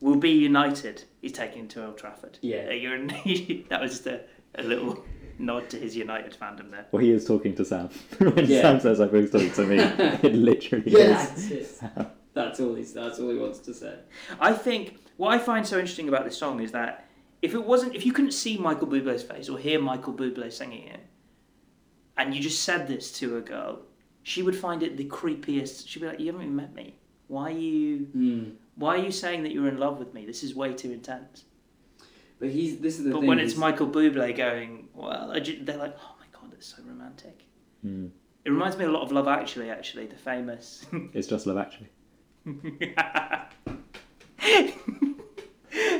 Speaker 1: we'll be united he's taken to old trafford
Speaker 3: Yeah.
Speaker 1: Uh, you're that was just a, a little nod to his united fandom there
Speaker 2: Well, he is talking to Sam. when
Speaker 3: Yeah.
Speaker 2: Sam says, "I think he's talking to me," it literally
Speaker 3: Yeah,
Speaker 2: is.
Speaker 3: that's it. That's all he's. That's all he wants to say.
Speaker 1: I think what I find so interesting about this song is that if it wasn't, if you couldn't see Michael Bublé's face or hear Michael Bublé singing it, and you just said this to a girl, she would find it the creepiest. She'd be like, "You haven't even met me. Why are you?
Speaker 3: Mm.
Speaker 1: Why are you saying that you're in love with me? This is way too intense."
Speaker 3: But he's. This is the
Speaker 1: But
Speaker 3: thing.
Speaker 1: when it's
Speaker 3: he's-
Speaker 1: Michael Bublé going, "Well," I ju- they're like, "Oh my god, that's so romantic."
Speaker 2: Hmm.
Speaker 1: It reminds me a lot of Love Actually. Actually, the famous.
Speaker 2: It's just love, actually.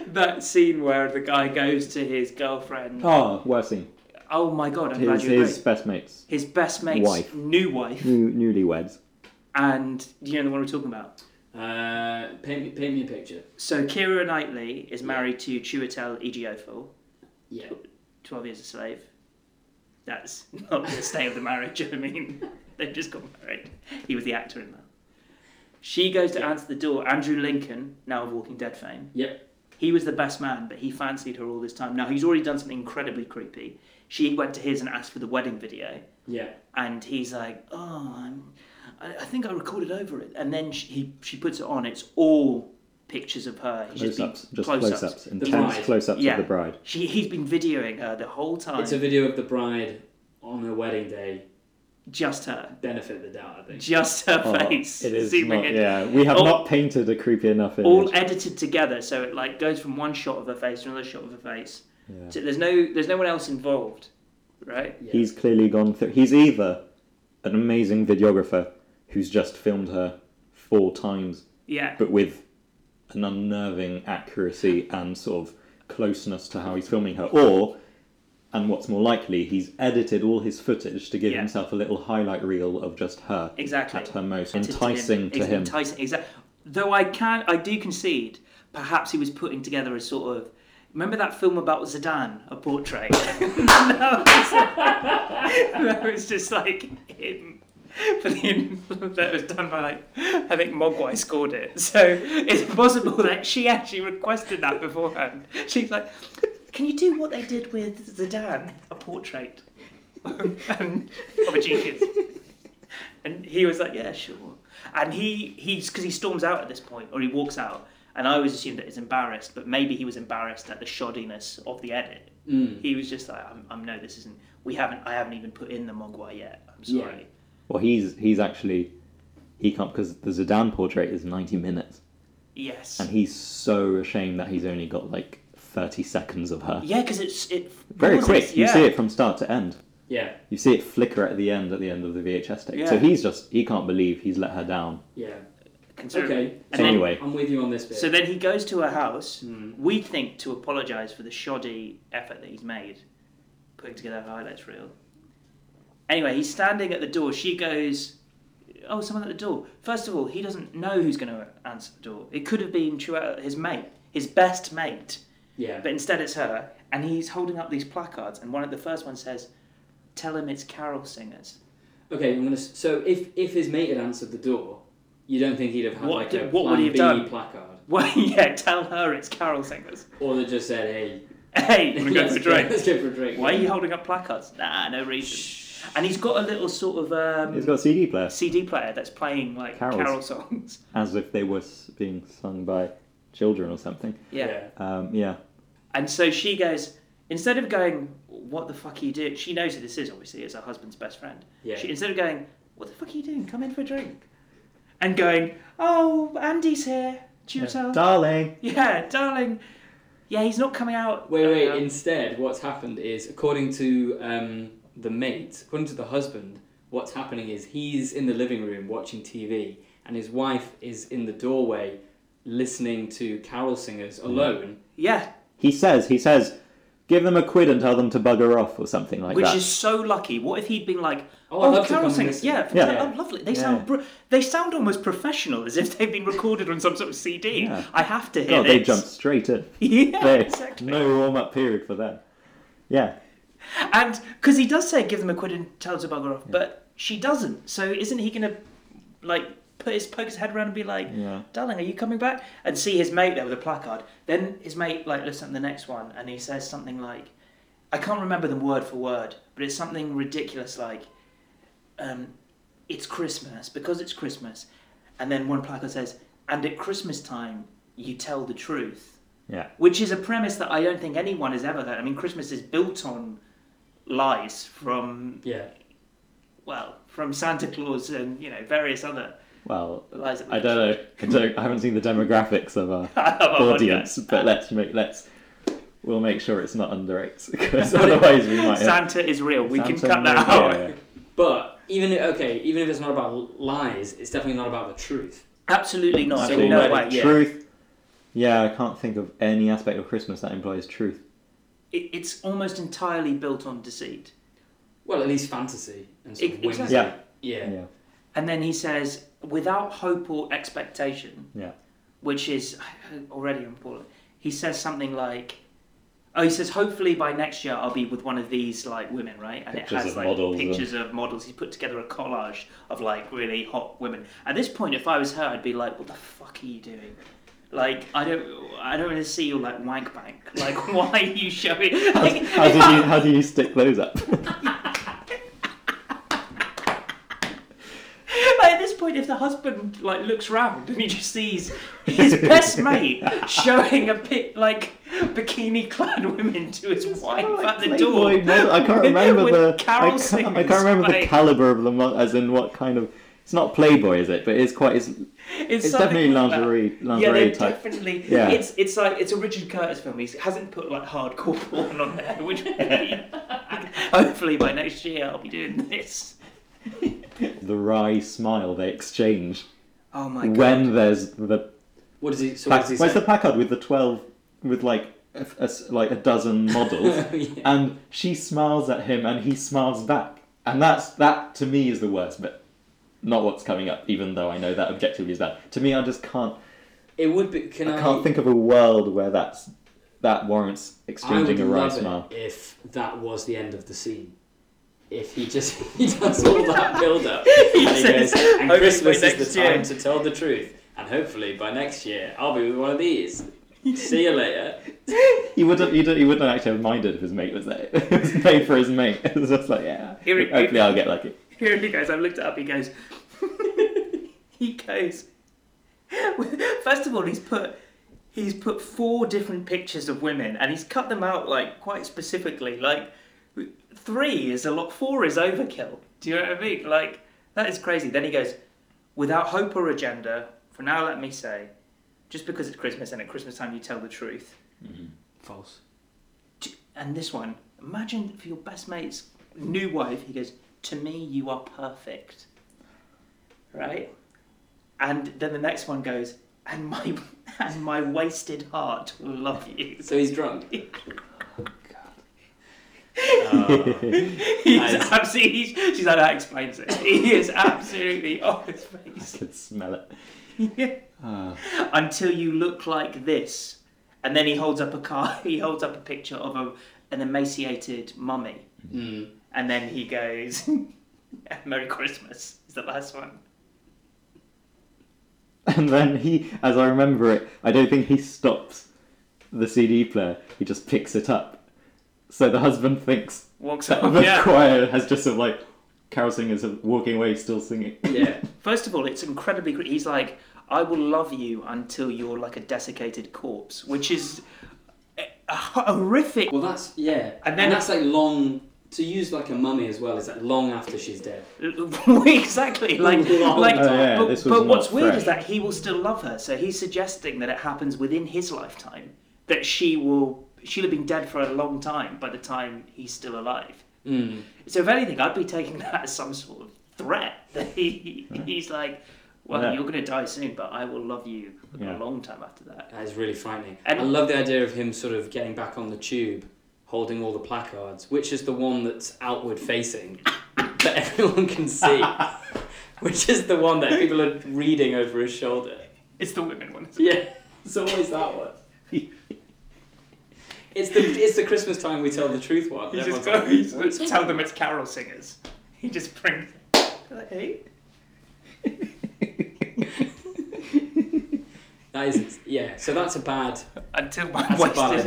Speaker 1: that scene where the guy goes to his girlfriend. Oh,
Speaker 2: Oh, worst scene.
Speaker 1: my god, I'm glad
Speaker 2: His,
Speaker 1: you agree.
Speaker 2: his
Speaker 1: His,
Speaker 2: best mates,
Speaker 1: best mate's
Speaker 2: Wife.
Speaker 1: new wife,
Speaker 2: new newlyweds.
Speaker 1: and you know the one we're talking about.
Speaker 3: Uh, paint me, paint me a picture.
Speaker 1: So Kira Knightley is married to Chiwetel Ejiofor,
Speaker 3: Yeah.
Speaker 1: 12 years a slave. That's not the state of the marriage, I mean. They've just got married. He was the actor in that. She goes to
Speaker 3: Yeah.
Speaker 1: answer the door. Andrew Lincoln, now of Walking Dead fame,
Speaker 3: Yep.
Speaker 1: He was the best man, but he fancied her all this time. Now he's already done something incredibly creepy. She went to his and asked for the wedding video,
Speaker 3: Yeah.
Speaker 1: and he's like, "Oh, I'm, I, I think I recorded over it." And then she, he, she puts it on. It's all pictures of her. He's
Speaker 2: Close
Speaker 1: been-
Speaker 2: ups, just
Speaker 1: close-ups.
Speaker 2: close ups, intense
Speaker 3: bride.
Speaker 2: close ups
Speaker 1: Yeah.
Speaker 2: of the bride.
Speaker 1: She, he's been videoing her the whole time.
Speaker 3: It's a video of the bride on her wedding day.
Speaker 1: just her,
Speaker 3: Benefit of the doubt, I think.
Speaker 1: just her
Speaker 2: Oh,
Speaker 1: face.
Speaker 2: it is
Speaker 1: zooming
Speaker 2: not,
Speaker 1: in.
Speaker 2: yeah, we have
Speaker 1: All-
Speaker 2: not painted a creepy enough image.
Speaker 1: All edited together, so it like goes from one shot of her face to another shot of her face.
Speaker 2: Yeah.
Speaker 1: So there's no, there's no one else involved, right?
Speaker 3: Yeah.
Speaker 2: He's clearly gone through. He's either an amazing videographer who's just filmed her four times,
Speaker 1: Yeah.
Speaker 2: but with an unnerving accuracy and sort of closeness to how he's filming her, or, and what's more likely, he's edited all his footage to give
Speaker 1: Yeah.
Speaker 2: himself a little highlight reel of just her
Speaker 1: Exactly.
Speaker 2: at her most
Speaker 1: It's
Speaker 2: enticing to
Speaker 1: It's
Speaker 2: him.
Speaker 1: Enticing, exactly. Though I can, I do concede. Perhaps he was putting together a sort of. Remember that film about Zidane, A Portrait? that, was, that was just like him. For the, that was done by, like, I think Mogwai scored it. So it's possible that she actually requested that beforehand. She's like, can you do what they did with Zidane, A Portrait? and, of a genius. And he was like, "Yeah, sure." And he he's because he storms out at this point, or he walks out. And I always assumed that he's embarrassed, but maybe he was embarrassed at the shoddiness of the edit.
Speaker 2: Hmm.
Speaker 3: Mm.
Speaker 1: He was just like, "I'm, I'm no, this isn't. We haven't. I haven't even put in the mogwai yet. I'm
Speaker 3: Yeah.
Speaker 1: sorry."
Speaker 2: Well, he's he's actually he can't because the Zidane portrait is ninety minutes,
Speaker 1: Yes.
Speaker 2: and he's so ashamed that he's only got like thirty seconds of her.
Speaker 1: yeah, because it's it
Speaker 2: Very
Speaker 1: pauses,
Speaker 2: quick. You
Speaker 1: yeah.
Speaker 2: see it from start to end.
Speaker 3: Yeah.
Speaker 2: You see it flicker at the end at the end of the VHS tape.
Speaker 1: Yeah.
Speaker 2: So he's just he can't believe he's let her down.
Speaker 3: Yeah.
Speaker 1: considerably.
Speaker 3: Okay.
Speaker 1: And
Speaker 2: So
Speaker 1: then-
Speaker 2: anyway.
Speaker 3: I'm with you on this bit.
Speaker 1: So then he goes to her
Speaker 2: Hmm.
Speaker 1: house,
Speaker 3: Mm.
Speaker 1: we think to apologise for the shoddy effort that he's made putting together a highlights reel. Anyway, he's standing at the door. She goes, Oh, someone at the door. First of all, he doesn't know who's going to answer the door. It could have been Chuel, his mate, his best mate.
Speaker 3: yeah.
Speaker 1: But instead, it's her, and he's holding up these placards, and one of the first one says, "Tell him it's carol singers."
Speaker 3: Okay, I'm gonna. s- So if if his mate had answered the door, you don't think he'd have had
Speaker 1: What
Speaker 3: like
Speaker 1: do-
Speaker 3: a
Speaker 1: what would
Speaker 3: Plan
Speaker 1: he have
Speaker 3: B
Speaker 1: done?
Speaker 3: placard,
Speaker 1: Well, yeah, tell her it's carol singers.
Speaker 3: or they just said, "Hey,
Speaker 1: Hey, we're going
Speaker 3: let's
Speaker 1: for a drink.
Speaker 3: Let's go for a drink."
Speaker 1: Why are you holding up placards? Nah, no reason. And he's got a little sort of um,
Speaker 2: It's got a CD player,
Speaker 1: CD player that's playing like
Speaker 2: Carols.
Speaker 1: carol songs.
Speaker 2: as if they were s- being sung by children or something.
Speaker 1: Yeah.
Speaker 2: Um, yeah,
Speaker 1: And so she goes, instead of going, "What the fuck are you doing?" She knows who this is. Obviously, it's her husband's best friend.
Speaker 3: Yeah.
Speaker 1: She, instead of going, "What the fuck are you doing? Come in for a drink," and going, "Oh, Andy's here." Tutor.
Speaker 2: darling.
Speaker 1: Yeah, darling. Yeah, he's not coming out.
Speaker 3: Wait, wait.
Speaker 1: Um,
Speaker 3: Instead, what's happened is, according to um, the mate, according to the husband, what's happening is he's in the living room watching TV, and his wife is in the doorway listening to carol singers
Speaker 1: Mm.
Speaker 3: alone.
Speaker 1: yeah,
Speaker 2: He says, he says, give them a quid and tell them to bugger off or something like
Speaker 1: which
Speaker 2: that.
Speaker 1: is so lucky. What if he'd been like,
Speaker 3: Oh, I'd
Speaker 1: oh,
Speaker 3: love to
Speaker 1: carol
Speaker 3: come
Speaker 1: singers,
Speaker 3: listen."
Speaker 1: yeah,
Speaker 2: Yeah.
Speaker 1: oh, lovely. They
Speaker 2: Yeah.
Speaker 1: sound br- they sound almost professional, as if they've been recorded on some sort of CD.
Speaker 2: Yeah.
Speaker 1: I have to hear
Speaker 2: God, they
Speaker 1: this.
Speaker 2: jumped straight in.
Speaker 1: Yeah,
Speaker 2: There,
Speaker 1: exactly.
Speaker 2: No warm up period for them. Yeah,
Speaker 1: And because he does say, give them a quid and tell them to bugger off, but she doesn't. So isn't he going to like put his poke his head around and be like,
Speaker 2: Yeah.
Speaker 1: darling, are you coming back? And see his mate there with a placard. Then his mate like looks at the next one and he says something like, I can't remember them word for word, but it's something ridiculous like, um, it's Christmas because it's Christmas. And then one placard says, and at Christmas time you tell the truth
Speaker 2: yeah.
Speaker 1: which is a premise that I don't think anyone has ever heard. I mean, Christmas is built on lies from
Speaker 3: Yeah.
Speaker 1: well, from Santa Claus and you know various other
Speaker 2: Well,
Speaker 1: lies. That we
Speaker 2: I don't know. I, don't, I haven't seen the demographics of our audience, but let's make let's we'll make sure it's not under eight because otherwise we might. Have,
Speaker 1: Santa is real. We can
Speaker 2: Santa
Speaker 1: cut that out.
Speaker 2: Maria.
Speaker 3: But even okay, even if it's not about lies, it's definitely not about the truth.
Speaker 1: Absolutely not.
Speaker 2: Actually,
Speaker 1: no
Speaker 3: no,
Speaker 1: way.
Speaker 3: yeah.
Speaker 2: Truth. Yeah, I can't think of any aspect of Christmas that implies truth.
Speaker 1: It, it's almost entirely built on deceit.
Speaker 3: Well, at least fantasy and sort of
Speaker 1: Ex-
Speaker 3: whimsy.
Speaker 1: exactly.
Speaker 2: Yeah.
Speaker 3: Yeah.
Speaker 2: Yeah,
Speaker 1: And then he says, without hope or expectation,
Speaker 2: Yeah.
Speaker 1: which is already important. He says something like, "Oh, he says hopefully by next year I'll be with one of these like women, right?" And
Speaker 2: Pictures
Speaker 1: it has
Speaker 2: of
Speaker 1: like
Speaker 2: models and-
Speaker 1: pictures of models. He's put together a collage of like really hot women. At this point, if I was her, I'd be like, "What the fuck are you doing?" Like I don't, I don't want to see your like wank bank. Like why are you showing? Like,
Speaker 2: How do you how do you stick those up?
Speaker 1: But at this point, if the husband like looks round and he just sees his best mate showing a bit like bikini-clad women to his wife at the door,
Speaker 2: Playboy model- I can't remember
Speaker 1: with
Speaker 2: the
Speaker 1: Carol
Speaker 2: I can't, I
Speaker 1: singers
Speaker 2: can't remember the
Speaker 1: playing.
Speaker 2: caliber of the mo- as in what kind of. It's not Playboy, is it? But it's quite. It's,
Speaker 1: it's,
Speaker 2: it's
Speaker 1: something
Speaker 2: definitely
Speaker 1: like that.
Speaker 2: lingerie,
Speaker 1: Yeah,
Speaker 2: lingerie
Speaker 1: they're
Speaker 2: type.
Speaker 1: definitely.
Speaker 2: Yeah.
Speaker 1: It's it's like it's a Richard Curtis film. He hasn't put like hardcore porn on there, which would be, hopefully by next year I'll be doing this.
Speaker 2: The wry smile they exchange
Speaker 1: Oh my god!
Speaker 2: when there's the
Speaker 3: What does he? So
Speaker 2: Pac-
Speaker 3: what does he
Speaker 2: where's
Speaker 3: say?
Speaker 2: the Packard with the twelve, with like a, a s- like a dozen models,
Speaker 3: Yeah.
Speaker 2: and she smiles at him and he smiles back, and that's that to me is the worst bit. Not what's coming up, even though I know that objectively is bad. To me, I just can't.
Speaker 3: It would be. Can I?
Speaker 2: I can't think of a world where that's that warrants
Speaker 3: I would
Speaker 2: exchanging a wry
Speaker 3: love
Speaker 2: smile.
Speaker 3: it if that was the end of the scene. If he just he does all that build up and he
Speaker 1: says,
Speaker 3: goes, and
Speaker 1: "Hopefully
Speaker 3: Christmas
Speaker 1: next
Speaker 3: is the
Speaker 1: year."
Speaker 3: time to tell the truth, and hopefully by next year I'll be with one of these. See you later.
Speaker 2: He wouldn't. He wouldn't, he wouldn't actually have minded if his mate was there. it was paid for his mate. It was just like yeah.
Speaker 1: Here it-
Speaker 2: Hopefully, I'll get lucky.
Speaker 1: Here he goes. I've looked it up. He goes. he goes. First of all, he's put he's put four different pictures of women, and he's cut them out like quite specifically. Like three is a lot. Four is overkill. Do you know what I mean? Like that is crazy. Then he goes, without hope or agenda. For now, let me say, just because it's Christmas and at Christmas time you tell the truth.
Speaker 3: False.
Speaker 1: And this one, imagine for your best mate's new wife, he goes, To me, you are perfect. Right? and then the next one goes, and my and my wasted heart will love you.
Speaker 3: So he's drunk.
Speaker 1: He's
Speaker 3: Nice.
Speaker 1: absolutely. She's like that explains it. He is absolutely off his face.
Speaker 2: could smell it. Ah.
Speaker 1: Until you look like this, and then he holds up a car. He holds up a picture of a, an emaciated mummy,
Speaker 3: Mm.
Speaker 1: and then he goes, "Merry Christmas." Is the last one?
Speaker 2: And then he, as I remember it, I don't think he stops the CD player. He just picks it up. So the husband thinks
Speaker 1: Walks
Speaker 2: that
Speaker 1: up.
Speaker 2: the
Speaker 1: Yeah.
Speaker 2: choir has just sort of like carol singers are walking away still singing.
Speaker 3: Yeah.
Speaker 1: First of all, it's incredibly. gr- He's like, "I will love you until you're like a desiccated corpse," which is a- a horrific.
Speaker 3: Well, that's yeah,
Speaker 1: And
Speaker 3: and
Speaker 1: then-
Speaker 3: then that's like long to use like a mummy as well. Is that long after she's dead?
Speaker 1: exactly like
Speaker 3: Long
Speaker 1: like
Speaker 2: Oh, yeah,
Speaker 1: but,
Speaker 2: this was
Speaker 1: but
Speaker 2: not
Speaker 1: what's weird
Speaker 2: fresh.
Speaker 1: is that he will still love her so he's suggesting that it happens within his lifetime that she will she'll have been dead for a long time by the time he's still alive
Speaker 3: Mm.
Speaker 1: so if anything i'd be taking that as some sort of threat that he, he's like well
Speaker 2: Yeah.
Speaker 1: you're going to die soon but i will love you
Speaker 2: Yeah.
Speaker 1: a long time after that
Speaker 3: That is really frightening.
Speaker 1: And-
Speaker 3: I love the idea of him sort of getting back on the tube, holding all the placards, which is the one that's outward facing that everyone can see, which is the one that people are reading over his shoulder.
Speaker 1: it's the women one
Speaker 3: Yeah, it's always that one. It's the it's the Christmas time we tell the truth one.
Speaker 1: he just
Speaker 3: Everyone's
Speaker 1: goes
Speaker 3: like,
Speaker 1: he just tell them it's carol singers he just brings like, hey
Speaker 3: that is yeah. So that's a bad.
Speaker 1: until my
Speaker 3: That's a
Speaker 1: wasted,
Speaker 3: bad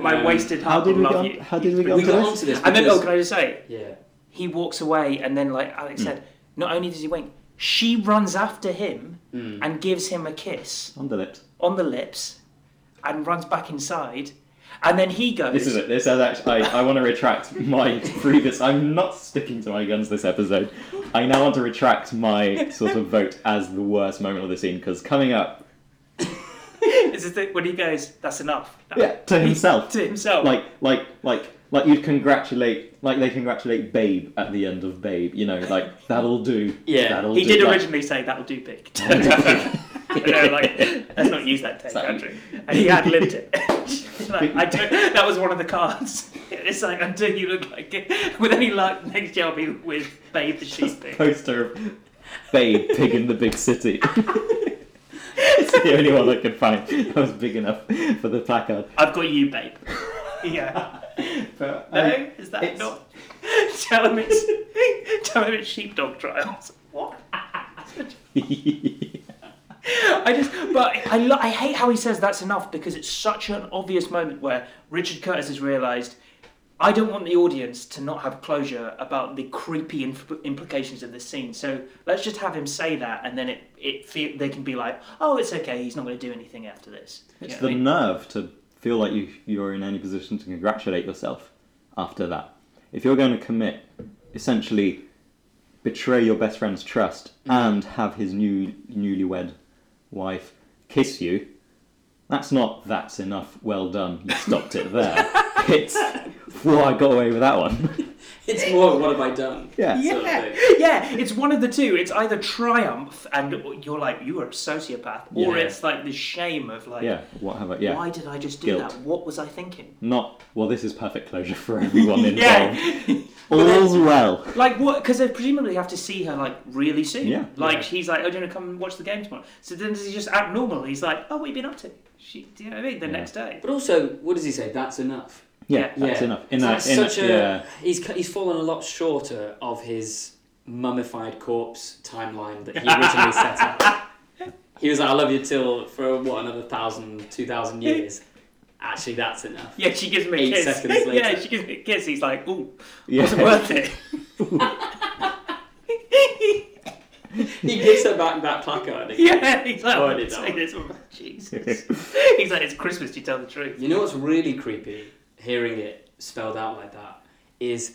Speaker 1: my
Speaker 3: Um,
Speaker 1: wasted
Speaker 2: How
Speaker 1: heart
Speaker 2: did
Speaker 1: will
Speaker 2: we
Speaker 1: love
Speaker 2: go?
Speaker 1: you.
Speaker 2: How did we go?
Speaker 3: We got
Speaker 2: on
Speaker 3: onto this.
Speaker 1: And then,
Speaker 3: because-
Speaker 1: oh, can I just say,
Speaker 3: yeah.
Speaker 1: he walks away, and then, like
Speaker 2: Hmm.
Speaker 1: Alex said, not only does he wink, she runs after him
Speaker 2: Hmm.
Speaker 3: Mm.
Speaker 1: and gives him a kiss
Speaker 2: the lips.
Speaker 1: on the lips, and runs back inside, and then he goes.
Speaker 2: This is it. This is actually. I, I want to retract my previous. I'm not sticking to my guns this episode. I now want to retract my sort of vote as the worst moment of the scene because coming up,
Speaker 1: This is the, when he goes. That's enough.
Speaker 2: yeah, to himself,
Speaker 1: to himself.
Speaker 2: like like like like you'd congratulate like they congratulate Babe at the end of Babe. You know, like that'll do.
Speaker 3: Yeah,
Speaker 2: that'll
Speaker 1: he
Speaker 2: do.
Speaker 1: did
Speaker 2: like-
Speaker 1: originally say that'll do, big. no, like let's not use that take,
Speaker 2: Sorry.
Speaker 1: Andrew. And he ad libbed it. like, I don't, that was one of the cards. It's like until you look like it. With any luck, next year I'll be with Babe the sheep pig.
Speaker 2: poster of Babe, Pig in the Big City. it's the only one I could find that was big enough for the placard.
Speaker 1: I've got you, Babe. Yeah.
Speaker 2: But, um,
Speaker 1: No, is that
Speaker 2: it's-
Speaker 1: not? Tell him it's tell him it's sheepdog trials. What? I just, but I, lo- I hate how he says that's enough because it's such an obvious moment where Richard Curtis has realised I don't want the audience to not have closure about the creepy inf- implications of this scene. So let's just have him say that, and then it it fe- they can be like, oh, it's okay. He's not going to do anything after this. You
Speaker 2: it's
Speaker 1: know
Speaker 2: the
Speaker 1: what I mean?
Speaker 2: nerve to feel like you, you're in any position to congratulate yourself after that. If you're going to commit, essentially, betray your best friend's trust and have his new newlywed wife kiss you, that's not that's enough, well done, you stopped it there. It's, whoa, I got away with that one.
Speaker 3: It's more. What have I done?
Speaker 2: Yeah.
Speaker 3: sort of
Speaker 1: Yeah, yeah, it's one of the two. It's either triumph and you're like you are a sociopath, or
Speaker 2: Yeah.
Speaker 1: it's like the shame of like,
Speaker 2: Yeah, what have I? Yeah,
Speaker 1: why did I just do
Speaker 2: Guilt.
Speaker 1: that? What was I thinking?
Speaker 2: not well. This is perfect closure for everyone involved.
Speaker 1: Yeah,
Speaker 2: All's well.
Speaker 1: like what? Because they presumably have to see her like really soon.
Speaker 2: Yeah.
Speaker 1: like
Speaker 3: Yeah.
Speaker 1: he's like, oh, do you want to come and watch the game tomorrow? So then he's just abnormal. He's like, oh, what have you been up to? She, do you know what I mean? The
Speaker 2: Yeah.
Speaker 1: next day.
Speaker 3: But also, what does he say? That's enough.
Speaker 2: Yeah,
Speaker 1: Yeah.
Speaker 2: that's
Speaker 3: yeah.
Speaker 2: enough. In
Speaker 3: So
Speaker 2: a,
Speaker 3: that's
Speaker 2: in
Speaker 3: such
Speaker 2: a,
Speaker 3: a,
Speaker 2: yeah,
Speaker 3: he's cu- he's fallen a lot shorter of his mummified corpse timeline that he originally set up. He was like, "I love you till for what another thousand, two thousand years." Actually, that's enough.
Speaker 1: Yeah, she gives him a
Speaker 3: Eight
Speaker 1: kiss.
Speaker 3: seconds
Speaker 1: Yeah,
Speaker 3: later.
Speaker 1: she gives him a kiss. He's like, ooh,
Speaker 2: yeah.
Speaker 1: wasn't worth it.
Speaker 3: He gives her back that placard. Again.
Speaker 1: Yeah, he's like,
Speaker 3: Oh, I
Speaker 1: I did
Speaker 3: did that
Speaker 1: say
Speaker 3: one.
Speaker 1: this one. Jesus. he's like, it's Christmas, you tell the truth.
Speaker 3: You know what's really creepy, hearing it spelled out like that, is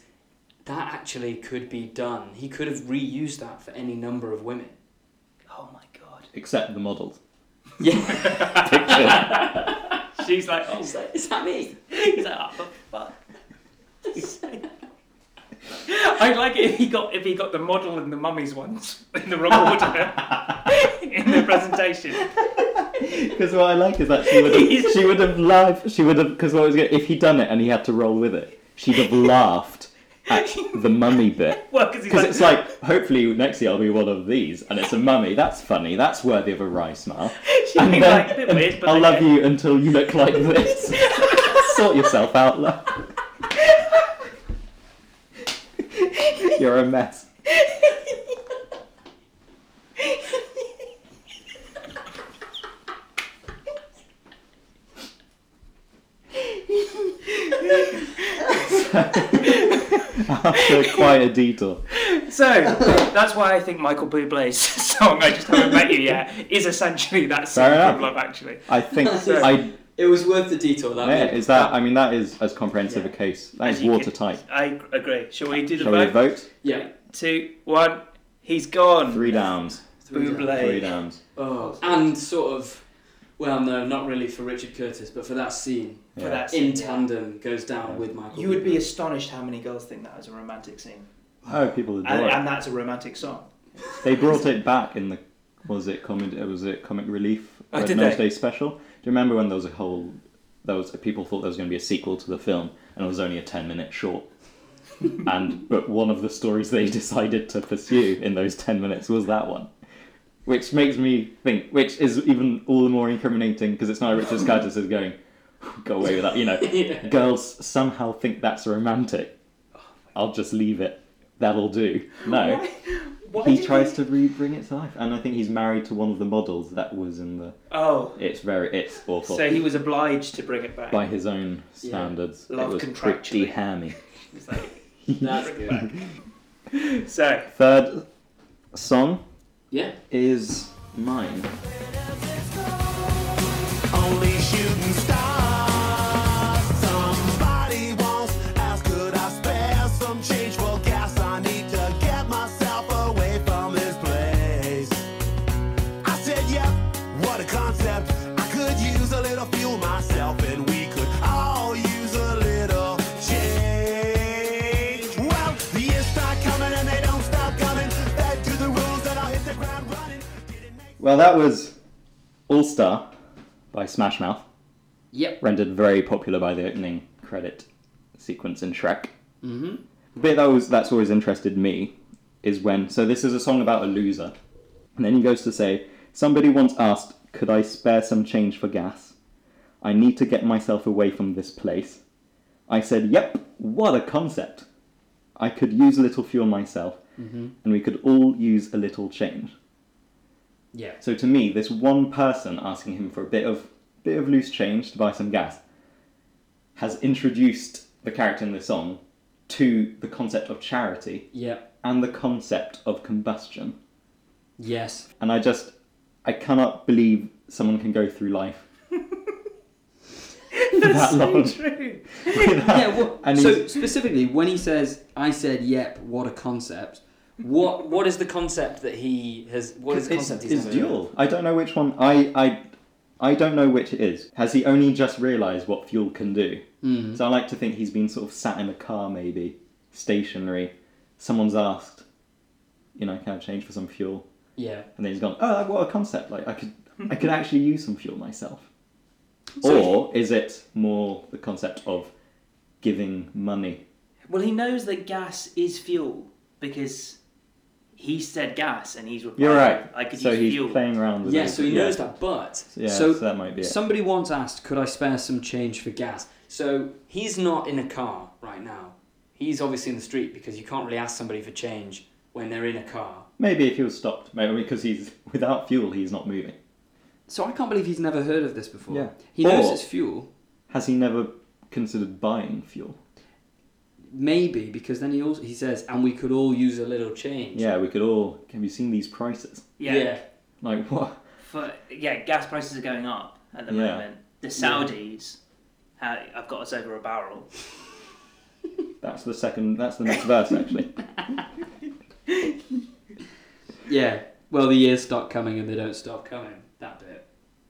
Speaker 3: that actually could be done. He could have reused that for any number of women.
Speaker 1: Oh my god.
Speaker 2: Except the models.
Speaker 3: Yeah,
Speaker 2: Picture.
Speaker 1: She's like, oh,
Speaker 3: it's like, is that me?
Speaker 1: he's like, oh, fuck. I'd like it if he got if he got the model and the mummies ones in the wrong order. in the presentation.
Speaker 2: Because what I like is that she would have, she would have laughed. She would have because what was gonna- if he'd done it and he had to roll with it, she'd have laughed at the mummy bit.
Speaker 1: well, because he's
Speaker 2: Because
Speaker 1: like,
Speaker 2: it's like, hopefully next year I'll be one of these, and it's a mummy. That's funny. That's worthy of a wry smile.
Speaker 1: she'd
Speaker 2: And
Speaker 1: be
Speaker 2: then-
Speaker 1: like, a bit
Speaker 2: and
Speaker 1: weird, but
Speaker 2: I'll love
Speaker 1: okay.
Speaker 2: you until you look like this. sort yourself out, love. You're a mess. After quite a detour.
Speaker 1: So that's why I think Michael Bublé's song "I Just Haven't Met You Yet" is essentially that song
Speaker 2: Fair
Speaker 1: from
Speaker 2: enough.
Speaker 1: Love Actually.
Speaker 2: I think
Speaker 3: So-
Speaker 2: I
Speaker 3: It was worth the detour. That
Speaker 2: yeah,
Speaker 3: bit.
Speaker 2: is that I mean that is as comprehensive a case. That
Speaker 1: uh, As
Speaker 2: is
Speaker 1: you could-
Speaker 2: watertight.
Speaker 1: I agree. Shall we do the
Speaker 2: Shall we
Speaker 1: vote?
Speaker 2: vote?
Speaker 3: Yeah.
Speaker 1: Two, one. He's gone.
Speaker 2: Three downs.
Speaker 1: Bublé.
Speaker 2: Three downs.
Speaker 3: Oh, and sort of, well, no, not really for Richard Curtis, but for that scene
Speaker 1: For
Speaker 2: Yeah.
Speaker 1: that
Speaker 3: in
Speaker 1: scene.
Speaker 3: tandem goes down with Michael.
Speaker 1: You would be astonished how many girls think that is a romantic scene,
Speaker 2: Oh, people adore
Speaker 1: and,
Speaker 2: it.
Speaker 1: and that's a romantic song.
Speaker 2: They brought it back in the was it comic uh, was it comic relief
Speaker 1: Oh,
Speaker 2: Red
Speaker 1: did
Speaker 2: Nose
Speaker 1: they?
Speaker 2: Day special? Do you remember when there was a whole there was people thought there was going to be a sequel to the film and it was only a ten minute short. and but one of the stories they decided to pursue in those ten minutes was that one. Which makes me think, which is even all the more incriminating because it's not Richard Curtis is going, go away with that, you know.
Speaker 3: Yeah.
Speaker 2: Girls somehow think that's romantic. I'll just leave it. That'll do. No
Speaker 1: Oh Why
Speaker 2: he
Speaker 1: did
Speaker 2: tries to re bring it to life, and I think he's married to one of the models that was in the.
Speaker 1: Oh,
Speaker 2: It's very, it's awful.
Speaker 1: so he was obliged to bring it back.
Speaker 2: By his own standards,
Speaker 1: Love
Speaker 2: it was pretty
Speaker 1: contractually.
Speaker 2: hammy.
Speaker 1: It's like,
Speaker 3: That's good.
Speaker 1: so
Speaker 2: Third song
Speaker 3: Yeah.
Speaker 2: is mine.
Speaker 5: Only shooting stars. Somebody once asked, could I spare some change for gas? I need to get myself away from this place. I said, yep, what a concept. I could use a little fuel myself, and we could all use a little change. Well, the years start coming, and they don't stop coming. Back to the rules that I hit the ground running. Didn't make
Speaker 2: Well, that was All Star by Smash Mouth,
Speaker 3: Yep.
Speaker 2: rendered very popular by the opening credit sequence in Shrek. The bit that was that's always interested me is when so this is a song about a loser, and then he goes to say somebody once asked, "Could I spare some change for gas? I need to get myself away from this place." I said, "Yep, what a concept! I could use a little fuel myself, and we could all use a little change."
Speaker 3: Yeah.
Speaker 2: So to me, this one person asking him for a bit of bit of loose change to buy some gas has introduced the character in the song to the concept of charity
Speaker 3: Yep.
Speaker 2: and the concept of combustion.
Speaker 3: Yes.
Speaker 2: And I just I cannot believe someone can go through life that long.
Speaker 1: true.
Speaker 3: Yeah. Well,
Speaker 2: And
Speaker 3: so
Speaker 2: he's-
Speaker 3: specifically, when he says, "I said yep," what a concept. What What is the concept that he has? What is the
Speaker 2: It's,
Speaker 3: concept he's
Speaker 2: it's
Speaker 3: having?
Speaker 2: dual. I don't know which one. I, I I don't know which it is. Has he only just realised what fuel can do? Mm. So I like to think he's been sort of sat in a car, maybe stationary. Someone's asked, you know, can I change for some fuel?
Speaker 3: Yeah.
Speaker 2: And then he's gone, oh, what a concept! Like I could I could actually use some fuel myself.
Speaker 3: So-
Speaker 2: or is it more the concept of giving money?
Speaker 1: Well, he knows that gas is fuel because he said gas, and he's replied,
Speaker 2: You're right.
Speaker 1: I could
Speaker 2: so
Speaker 1: use
Speaker 2: he's
Speaker 1: fuel.
Speaker 2: playing around with
Speaker 3: Yeah.
Speaker 2: it.
Speaker 3: So he knows that, but
Speaker 2: Yeah,
Speaker 3: so,
Speaker 2: so that might be it.
Speaker 3: Somebody once asked, "Could I spare some change for gas?" So he's not in a car right now. He's obviously in the street because you can't really ask somebody for change when they're in a car.
Speaker 2: Maybe if he was stopped, maybe because he's without fuel, he's not moving.
Speaker 3: So I can't believe he's never heard of this before.
Speaker 2: Yeah.
Speaker 3: He knows
Speaker 2: Or-
Speaker 3: it's fuel,
Speaker 2: Has he never considered buying fuel?
Speaker 3: maybe because then he also he says, "And we could all use a little change."
Speaker 2: Yeah, we could all. Have you seen these prices?
Speaker 1: Yeah,
Speaker 3: Yeah.
Speaker 2: Like what?
Speaker 1: For, yeah, gas prices are going up at the
Speaker 2: Yeah.
Speaker 1: moment. The Saudis, ha I've got us over a barrel.
Speaker 2: That's the second. That's the next verse, actually.
Speaker 3: Yeah. Well, the years stop coming and they don't stop coming. That bit.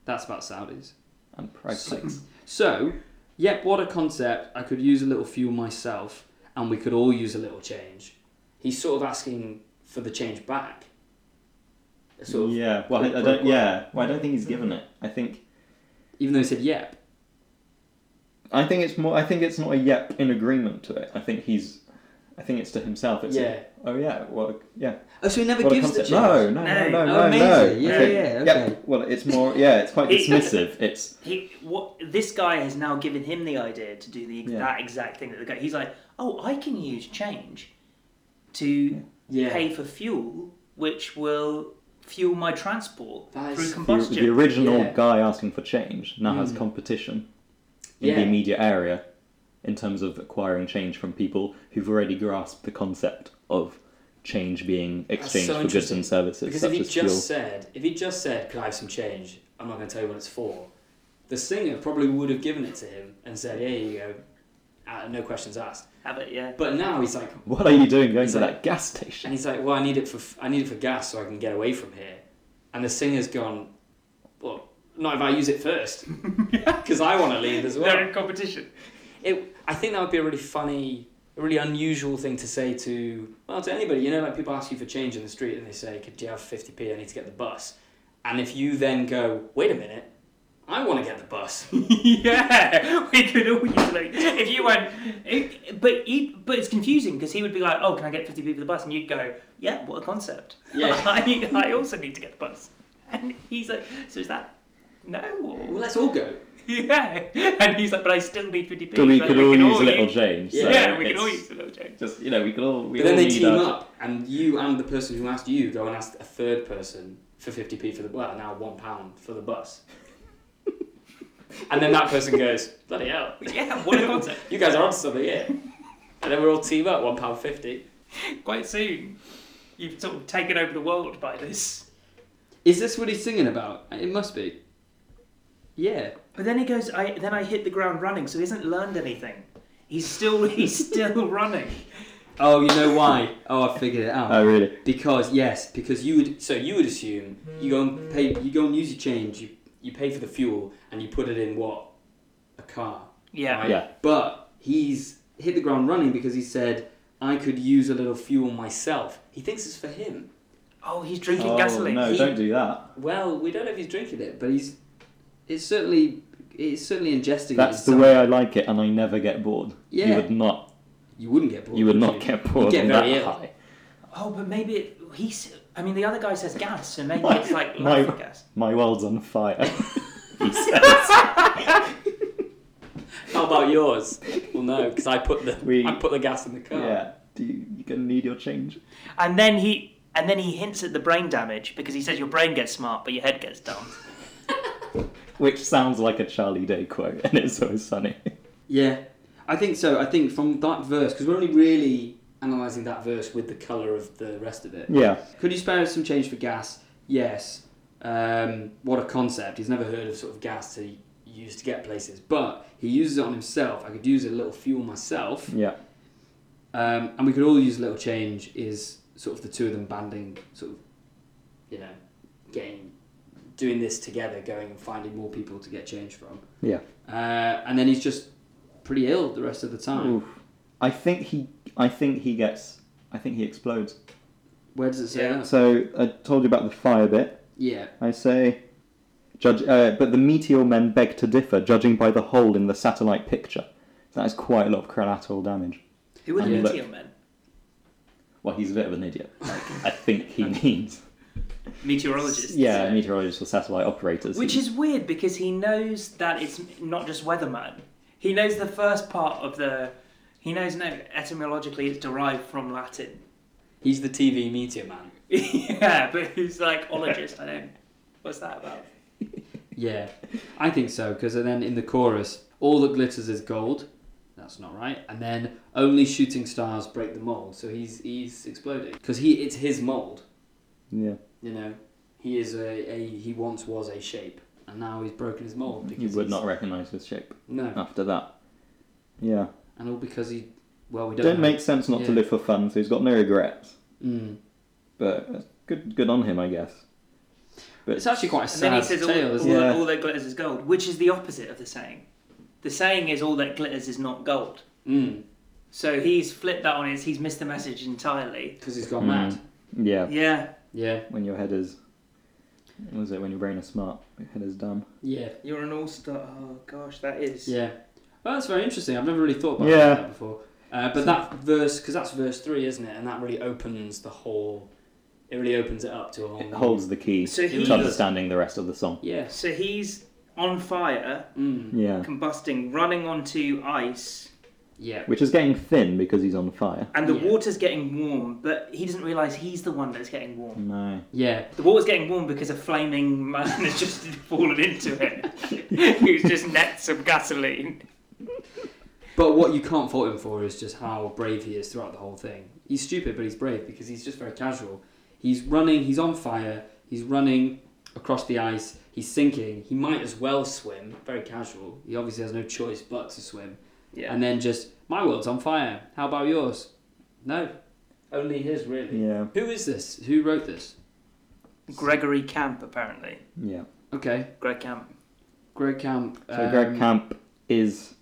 Speaker 3: That's about Saudis.
Speaker 2: And price hikes.
Speaker 3: So, yep, what a concept. I could use a little fuel myself, and we could all use a little change. He's sort of asking for the change back. Sort of,
Speaker 2: yeah. Well, I, I don't. Yeah. Well, I don't think he's given it. I think.
Speaker 3: Even though he said yep.
Speaker 2: I think it's more. I think it's not a yep in agreement to it. I think he's. I think it's to himself. It's a,
Speaker 3: Yeah.
Speaker 2: oh yeah. Well yeah.
Speaker 3: Oh, so he never
Speaker 2: What a
Speaker 3: gives the
Speaker 2: concept.
Speaker 3: chance.
Speaker 2: No, no,
Speaker 1: No.
Speaker 2: no, no,
Speaker 1: Oh,
Speaker 2: no, no.
Speaker 3: amazing. Yeah,
Speaker 2: Okay.
Speaker 3: yeah,
Speaker 2: Yep.
Speaker 3: okay.
Speaker 2: Well, it's more. Yeah, it's quite
Speaker 1: It-
Speaker 2: dismissive. It's
Speaker 1: He what this guy has now given him the idea to do the
Speaker 2: Yeah.
Speaker 1: that exact thing that the guy he's like, oh, I can use change to
Speaker 3: Yeah.
Speaker 1: pay for fuel, which will fuel my transport
Speaker 3: That is-
Speaker 1: through
Speaker 2: the,
Speaker 1: combustion.
Speaker 2: the original
Speaker 3: Yeah. Hmm.
Speaker 2: guy asking for change now has competition in
Speaker 3: Yeah.
Speaker 2: the immediate area in terms of acquiring change from people who've already grasped the concept of change being exchanged
Speaker 3: so
Speaker 2: for goods
Speaker 3: interesting.
Speaker 2: and services
Speaker 3: Because if
Speaker 2: such
Speaker 3: he
Speaker 2: as
Speaker 3: just
Speaker 2: fuel.
Speaker 3: said, if he just said, "Could I have some change?" I'm not going to tell you what it's for. The singer probably would have given it to him and said, "Here you go," uh, no questions asked.
Speaker 1: Have it, yeah.
Speaker 3: But now he's like,
Speaker 2: What are you doing going to
Speaker 3: Exactly.
Speaker 2: that gas
Speaker 3: and
Speaker 2: station?
Speaker 3: he's like, "Well, I need it for f- I need it for gas so I can get away from here." And the singer's gone, "Well, not if I use it first, because I want to leave as
Speaker 1: They're
Speaker 3: well."
Speaker 1: in competition.
Speaker 3: It, I think that would be a really funny, a really unusual thing to say to well to anybody. You know, like people ask you for change in the street and they say, "Could you have fifty p? I need to get the bus." And if you then go, "Wait a minute, I want to get the bus."
Speaker 1: yeah, we could all use like if you went, it, but he, but it's confusing because he would be like, oh, can I get fifty people the bus? And you'd go, yeah, what a concept.
Speaker 3: Yeah.
Speaker 1: I, I also need to get the bus. And he's like, so is that no?
Speaker 3: well,
Speaker 1: or-
Speaker 3: let's all go.
Speaker 1: Yeah, and he's like, but I still need fifty people.
Speaker 2: But we could all use a little change. so
Speaker 1: Yeah, we can all
Speaker 2: it's
Speaker 1: use a little change.
Speaker 2: Just you know, we could all. We
Speaker 3: But then
Speaker 2: all
Speaker 3: they
Speaker 2: need
Speaker 3: team
Speaker 2: our-
Speaker 3: up, and you and the person who asked you go and ask a third person for fifty p for the well now one pound for the bus. and then that person goes, "Bloody hell,
Speaker 1: Yeah, what a concept.
Speaker 3: you guys are onto something here." And then we're all team up, one pound fifty.
Speaker 1: Quite soon, you've sort of taken over the world by this.
Speaker 3: Is this what he's singing about? It must be. Yeah.
Speaker 1: But then he goes, I then I hit the ground running, so he hasn't learned anything. He's still he's still running.
Speaker 3: Oh, you know why? Oh, I figured it out.
Speaker 2: Oh really?
Speaker 3: Because yes, because you would. So you would assume you go and pay. You go and use your change. You you pay for the fuel and you put it in what a car.
Speaker 1: Yeah.
Speaker 3: right?
Speaker 2: Yeah.
Speaker 3: But he's hit the ground running because he said I could use a little fuel myself. He thinks it's for him.
Speaker 1: Oh, he's drinking
Speaker 2: Oh,
Speaker 1: gasoline.
Speaker 2: no,
Speaker 3: He-
Speaker 2: don't do that.
Speaker 3: Well, we don't know if he's drinking it, but he's. It's certainly. It's certainly ingesting. it
Speaker 2: That's the
Speaker 3: in some-
Speaker 2: way I like it, and I never get bored. You
Speaker 3: Yeah.
Speaker 2: would not.
Speaker 3: You wouldn't get bored.
Speaker 2: You would not
Speaker 3: you?
Speaker 2: get bored
Speaker 3: get
Speaker 2: on
Speaker 3: very
Speaker 2: that
Speaker 3: ill.
Speaker 2: high.
Speaker 1: Oh, but maybe it, he's. I mean, the other guy says gas, so maybe
Speaker 2: My-
Speaker 1: it's like
Speaker 2: my-
Speaker 1: laughing gas.
Speaker 2: My world's on fire. he says.
Speaker 3: How about yours? Well, no, because I put the
Speaker 2: We-
Speaker 3: I put the gas in the car.
Speaker 2: Yeah. Do you, you're gonna need your change.
Speaker 1: And then he and then he hints at the brain damage because he says your brain gets smart, but your head gets dumb.
Speaker 2: Which sounds like a Charlie Day quote, and it's always funny.
Speaker 3: Yeah, I think so. I think from that verse, because we're only really analysing that verse with the colour of the rest of it.
Speaker 2: yeah.
Speaker 3: Could you spare us some change for gas? Yes. Um, what a concept. He's never heard of sort of gas to use to get places, but he uses it on himself. I could use a little fuel myself,
Speaker 2: Yeah.
Speaker 3: um, and we could all use a little change. Is sort of the two of them banding, sort of, you know, getting, doing this together, going and finding more people to get change from.
Speaker 2: Yeah.
Speaker 3: Uh, and then he's just pretty ill the rest of the time.
Speaker 2: Oof. I think he. I think he gets. I think he explodes.
Speaker 3: Where does it say
Speaker 1: Yeah.
Speaker 3: that?
Speaker 2: So I told you about the fire bit.
Speaker 3: Yeah.
Speaker 2: I say, judge. Uh, but the meteor men beg to differ, judging by the hole in the satellite picture. That is quite a lot of collateral damage.
Speaker 1: Who are the
Speaker 2: Yeah.
Speaker 1: meteor men?
Speaker 2: Well, he's a bit of an idiot. Like, I think he needs.
Speaker 1: Meteorologists.
Speaker 2: Yeah, meteorologists or satellite operators.
Speaker 1: Which is weird because he knows that it's not just weatherman. He knows the first part of the. He knows no etymologically it's derived from Latin.
Speaker 3: He's the TV meteor man.
Speaker 1: yeah, but he's like ologist. I don't. What's that about?
Speaker 3: Yeah. I think so, because then in the chorus, all that glitters is gold. That's not right. And then only shooting stars break the mold. So he's he's exploding because he it's his mold.
Speaker 2: Yeah.
Speaker 3: You know, he is a, a he once was a shape, and now he's broken his mold. Because
Speaker 2: You would
Speaker 3: he's-
Speaker 2: not recognise his shape
Speaker 3: No,
Speaker 2: after that. Yeah.
Speaker 3: and all because he. Well, we don't.
Speaker 2: Don't
Speaker 3: know.
Speaker 2: make sense not to
Speaker 3: Yeah.
Speaker 2: live for fun, so he's got no regrets.
Speaker 3: Mm.
Speaker 2: But that's good, good on him, I guess. But
Speaker 3: It's actually quite a
Speaker 1: And then he
Speaker 3: sad
Speaker 1: says all,
Speaker 3: tale,
Speaker 1: all,
Speaker 3: isn't
Speaker 2: Yeah.
Speaker 1: that, all that glitters is gold, which is the opposite of the saying. The saying is all that glitters is not gold.
Speaker 3: it?
Speaker 1: So he's flipped that on his. He's missed the message entirely.
Speaker 3: Because he's gone
Speaker 2: Mm.
Speaker 3: mad.
Speaker 2: yeah,
Speaker 1: Yeah.
Speaker 3: Yeah.
Speaker 2: when your head is was it when your brain is smart, your head is dumb?
Speaker 3: Yeah.
Speaker 1: You're an all star. Oh gosh, that is.
Speaker 3: Yeah. Well, that's very interesting. I've never really thought about
Speaker 2: Yeah.
Speaker 3: that before. Uh, but that verse, because that's verse three, isn't it? And that really opens the whole. It really opens it up to a whole.
Speaker 2: It
Speaker 3: new-
Speaker 2: holds the key
Speaker 1: So he-
Speaker 2: to understanding the rest of the song.
Speaker 3: Yeah.
Speaker 1: So he's on fire,
Speaker 3: Mm.
Speaker 2: Yeah.
Speaker 1: combusting, running onto ice,
Speaker 3: Yeah.
Speaker 2: Which is getting thin because he's on fire.
Speaker 1: and the
Speaker 3: Yeah.
Speaker 1: water's getting warm, but he doesn't realise he's the one that's getting warm.
Speaker 2: No.
Speaker 3: Yeah.
Speaker 1: The water's getting warm because a flaming man has just fallen into it, who's just net some gasoline.
Speaker 3: But what you can't fault him for is just how brave he is throughout the whole thing. He's stupid, but he's brave because he's just very casual. He's running. He's on fire. He's running across the ice. He's sinking. He might as well swim. Very casual. He obviously has no choice but to swim.
Speaker 1: Yeah.
Speaker 3: and then just my world's on fire. How about yours? No, only his really.
Speaker 2: Yeah.
Speaker 3: Who is this? Who wrote this?
Speaker 1: Gregory Camp, apparently.
Speaker 2: Yeah.
Speaker 3: Okay,
Speaker 1: Greg Camp.
Speaker 3: Greg Camp.
Speaker 2: So Greg
Speaker 3: um,
Speaker 2: Camp is.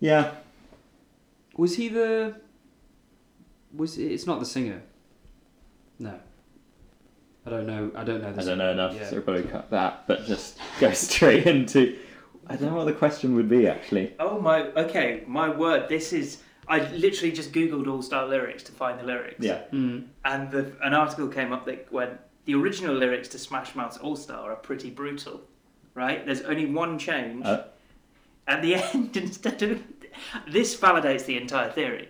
Speaker 2: Yeah.
Speaker 3: was he the? Was it, it's not the singer? No, I don't know. I don't know. The
Speaker 2: I
Speaker 3: singer.
Speaker 2: don't know enough,
Speaker 3: Yeah.
Speaker 2: so we'll probably cut that, but just go straight into. I don't know what the question would be actually.
Speaker 1: Oh my. Okay, my word. This is. I literally just googled All Star lyrics to find the lyrics.
Speaker 2: Yeah.
Speaker 3: Mm.
Speaker 1: And the, an article came up that went the original lyrics to Smash Mouth's All Star are pretty brutal, right? There's only one change.
Speaker 2: Uh.
Speaker 1: At the end, instead of this validates the entire theory.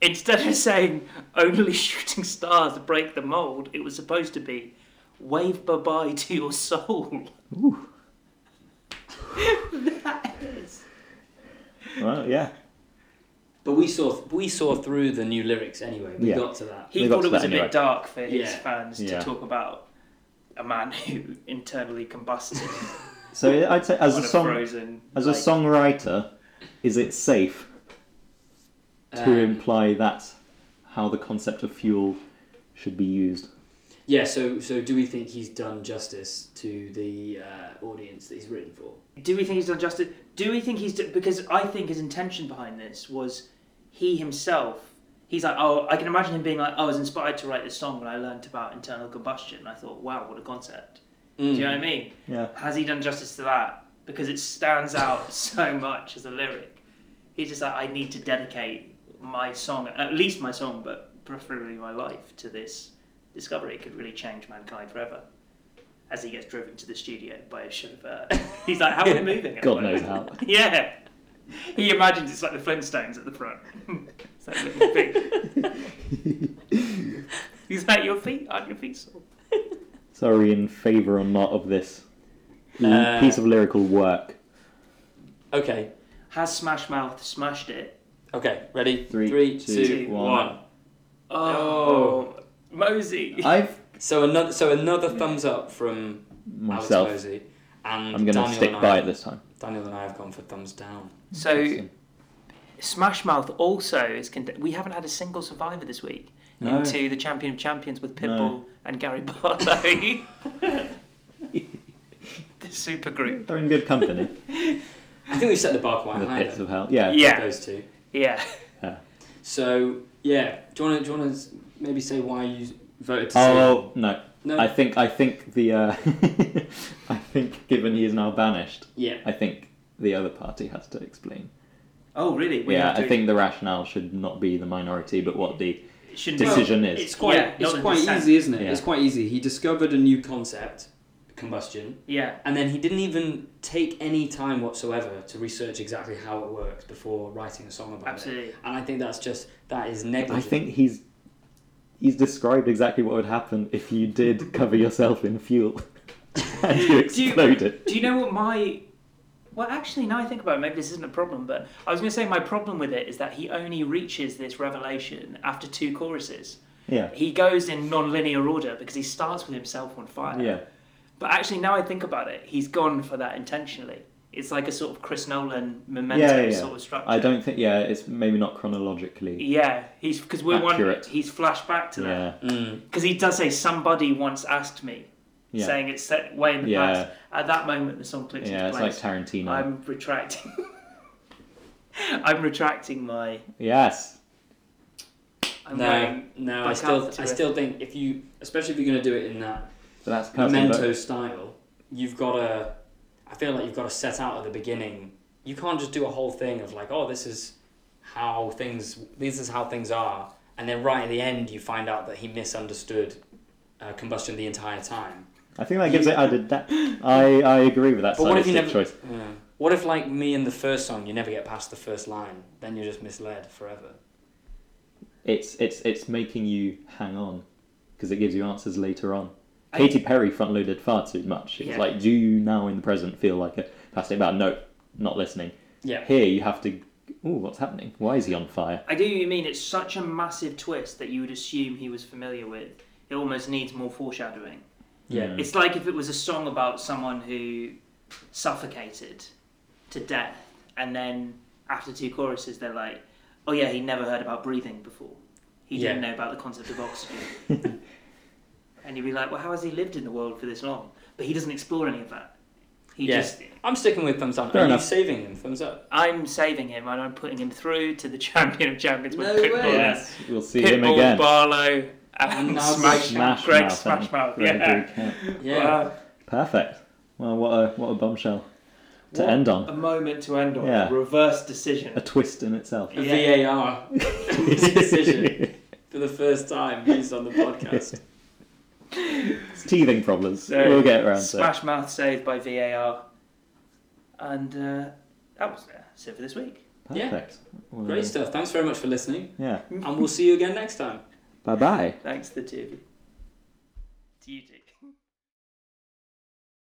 Speaker 1: Instead of saying only shooting stars break the mold, it was supposed to be wave bye bye to your soul.
Speaker 2: Ooh. Well, yeah.
Speaker 3: But we saw we saw through the new lyrics anyway. We
Speaker 2: Yeah.
Speaker 3: got to that.
Speaker 1: He
Speaker 2: We got
Speaker 1: thought
Speaker 2: to
Speaker 1: it was
Speaker 2: that
Speaker 1: a
Speaker 2: anyway.
Speaker 1: bit dark for his
Speaker 3: Yeah.
Speaker 1: fans
Speaker 2: Yeah.
Speaker 1: to talk about a man who internally combusted
Speaker 2: So I'd say as
Speaker 1: on
Speaker 2: a
Speaker 1: a
Speaker 2: song
Speaker 1: frozen
Speaker 2: as a
Speaker 1: lake.
Speaker 2: songwriter, is it safe to
Speaker 3: Um,
Speaker 2: imply that's how the concept of fuel should be used?
Speaker 3: yeah. So so do we think he's done justice to the uh, audience that he's written for?
Speaker 1: Do we think he's done justice? Do we think he's do- because I think his intention behind this was he himself. He's like, oh, I can imagine him being like, I was inspired to write this song when I learned about internal combustion. And I thought, wow, what a concept. Do you know what I mean?
Speaker 2: Yeah.
Speaker 1: Has he done justice to that? Because it stands out so much as a lyric. He's just like, I need to dedicate my song, at least my song, but preferably my life, to this discovery. It could really change mankind forever. As he gets driven to the studio by a chauffeur, he's like, "How are we moving?" at the
Speaker 2: God knows
Speaker 1: moment?"
Speaker 2: how.
Speaker 1: yeah, he imagines it's like the Flintstones at the front. it's like little feet. he's like, "Your feet aren't your feet sore."
Speaker 2: So are we in favour or not of this l-
Speaker 3: Uh,
Speaker 2: piece of lyrical work?
Speaker 3: Okay.
Speaker 1: Has Smash Mouth smashed it?
Speaker 3: Okay. Ready.
Speaker 2: Three,
Speaker 3: Three,
Speaker 2: two,
Speaker 3: two,
Speaker 2: one.
Speaker 1: Oh, Mosey.
Speaker 2: I've
Speaker 3: So another, so another thumbs up from
Speaker 2: myself.
Speaker 3: Alex Mosey, and
Speaker 2: I'm gonna
Speaker 3: Daniel
Speaker 2: stick
Speaker 3: and I,
Speaker 2: by it this time.
Speaker 3: Daniel and I have gone for thumbs down.
Speaker 1: so, Smash Mouth also is. Con- we haven't had a single survivor this week
Speaker 2: No.
Speaker 1: into the Champion of Champions with Pitbull
Speaker 2: No.
Speaker 1: and Gary Barlow. the super group.
Speaker 2: They're in good company.
Speaker 3: I think we've set the bar quite
Speaker 2: in the
Speaker 3: high.
Speaker 2: pits
Speaker 3: though,
Speaker 2: of hell. Yeah.
Speaker 1: Yeah.
Speaker 3: Those two.
Speaker 1: Yeah.
Speaker 3: So yeah, do you want to do you want to maybe say why you voted to
Speaker 2: Oh no.
Speaker 3: see? no,
Speaker 2: I think I think the uh, I think given he is now banished,
Speaker 3: yeah,
Speaker 2: I think the other party has to explain.
Speaker 1: Oh, really? We
Speaker 2: yeah,
Speaker 1: have to-
Speaker 2: I think the rationale should not be the minority, but what the
Speaker 1: it shouldn't
Speaker 2: decision is.
Speaker 3: it's quite
Speaker 1: Yeah, not
Speaker 3: it's
Speaker 1: the
Speaker 3: quite
Speaker 1: dissent.
Speaker 3: easy, isn't it?
Speaker 2: Yeah.
Speaker 3: It's quite easy. He discovered a new concept, combustion,
Speaker 1: Be, yeah.
Speaker 3: and then he didn't even take any time whatsoever to research exactly how it works before writing a song about it.
Speaker 1: Absolutely.
Speaker 3: And I think that's just that is
Speaker 2: I
Speaker 3: negligent.
Speaker 2: think he's he's described exactly what would happen if you did cover yourself in fuel and you
Speaker 1: Do you-
Speaker 2: explode it.
Speaker 1: Do you know what my? Well, actually, now I think about it, maybe this isn't a problem. But I was going to say my problem with it is that he only reaches this revelation after two choruses.
Speaker 2: Yeah.
Speaker 1: He goes in non-linear order because he starts with himself on fire.
Speaker 2: Yeah.
Speaker 1: But actually, now I think about it, he's gone for that intentionally. It's like a sort of Chris Nolan memento
Speaker 2: Yeah, yeah, yeah.
Speaker 1: sort of structure.
Speaker 2: I don't think. Yeah, it's maybe not chronologically.
Speaker 1: Yeah, he's because we're one.
Speaker 2: Accurate.
Speaker 1: He's flashed back to
Speaker 2: Yeah.
Speaker 1: that
Speaker 3: Mm.
Speaker 1: because he does say somebody once asked me,
Speaker 2: Yeah.
Speaker 1: saying it's set way in the
Speaker 2: Yeah.
Speaker 1: past. At that moment, the song clicks
Speaker 2: yeah,
Speaker 1: into
Speaker 2: it's
Speaker 1: place.
Speaker 2: like Tarantino.
Speaker 1: I'm retracting. I'm retracting my.
Speaker 2: Yes.
Speaker 1: I'm
Speaker 3: No,
Speaker 1: wearing-
Speaker 3: no,
Speaker 1: back
Speaker 3: I still,
Speaker 1: out to
Speaker 3: I
Speaker 1: it.
Speaker 3: still think if you, especially if you're going to do it in that
Speaker 2: But that's Curtain
Speaker 3: memento
Speaker 2: Bo-
Speaker 3: style, you've got to. I feel like you've got to set out at the beginning. You can't just do a whole thing of like, oh, this is how things. This is how things are, and then right at the end, you find out that he misunderstood uh, combustion the entire time.
Speaker 2: I think that gives it added depth. I, I agree with that
Speaker 3: But what if you
Speaker 2: stylistic
Speaker 3: never?
Speaker 2: choice.
Speaker 3: Yeah. What if, like me in the first song, you never get past the first line? Then you're just misled forever.
Speaker 2: It's it's it's making you hang on because it gives you answers later on.
Speaker 1: I-
Speaker 2: Katy Perry front loaded far too much. It's
Speaker 1: Yeah.
Speaker 2: like, do you now in the present feel like a plastic bag? No, not listening.
Speaker 3: Yeah.
Speaker 2: Here you have to. Oh, what's happening? Why is he on fire?
Speaker 1: I do you mean it's such a massive twist that you would assume he was familiar with. It almost needs more foreshadowing.
Speaker 3: Yeah.
Speaker 2: Mm.
Speaker 1: It's like if it was a song about someone who suffocated to death, and then after two choruses, they're like, "Oh yeah, he never heard about breathing before. He didn't
Speaker 3: Yeah.
Speaker 1: know about the concept of oxygen." and you'd be like, "Well, how has he lived in the world for this long?" But he doesn't explore any of that. He
Speaker 3: Yeah.
Speaker 1: just,
Speaker 3: I'm sticking with thumbs up.
Speaker 2: Fair
Speaker 3: Are
Speaker 2: enough.
Speaker 3: you saving him? Thumbs up.
Speaker 1: I'm saving him, and I'm putting him through to the champion of champions. with
Speaker 3: No
Speaker 1: Pitbull.
Speaker 3: way.
Speaker 1: Yeah.
Speaker 2: Yes, we'll see him
Speaker 1: Pitbull,
Speaker 2: again.
Speaker 1: Barlow, and
Speaker 3: And
Speaker 1: Smash,
Speaker 2: Smash
Speaker 1: Greg
Speaker 2: Mouth,
Speaker 1: Smash
Speaker 2: and
Speaker 1: Mouth.
Speaker 2: Gregory
Speaker 1: Yeah.
Speaker 2: Kent.
Speaker 3: Yeah.
Speaker 1: Wow.
Speaker 2: Perfect. Well, what a what a bombshell to
Speaker 1: What
Speaker 2: end on.
Speaker 1: A moment to end on.
Speaker 2: Yeah.
Speaker 1: Reverse decision.
Speaker 2: A twist in itself.
Speaker 1: Yeah.
Speaker 3: VAR decision for the first time used on the podcast.
Speaker 2: It's teething problems.
Speaker 1: So,
Speaker 2: we'll get around to it.
Speaker 1: Smash Mouth saved by VAR. And uh, that was uh, that's it for this week.
Speaker 3: Yeah.
Speaker 2: Perfect. Well,
Speaker 3: Great stuff. Thanks very much for listening,
Speaker 2: Yeah.
Speaker 3: and we'll see you again next time.
Speaker 2: Bye bye.
Speaker 1: Thanks to the two of you. To you two.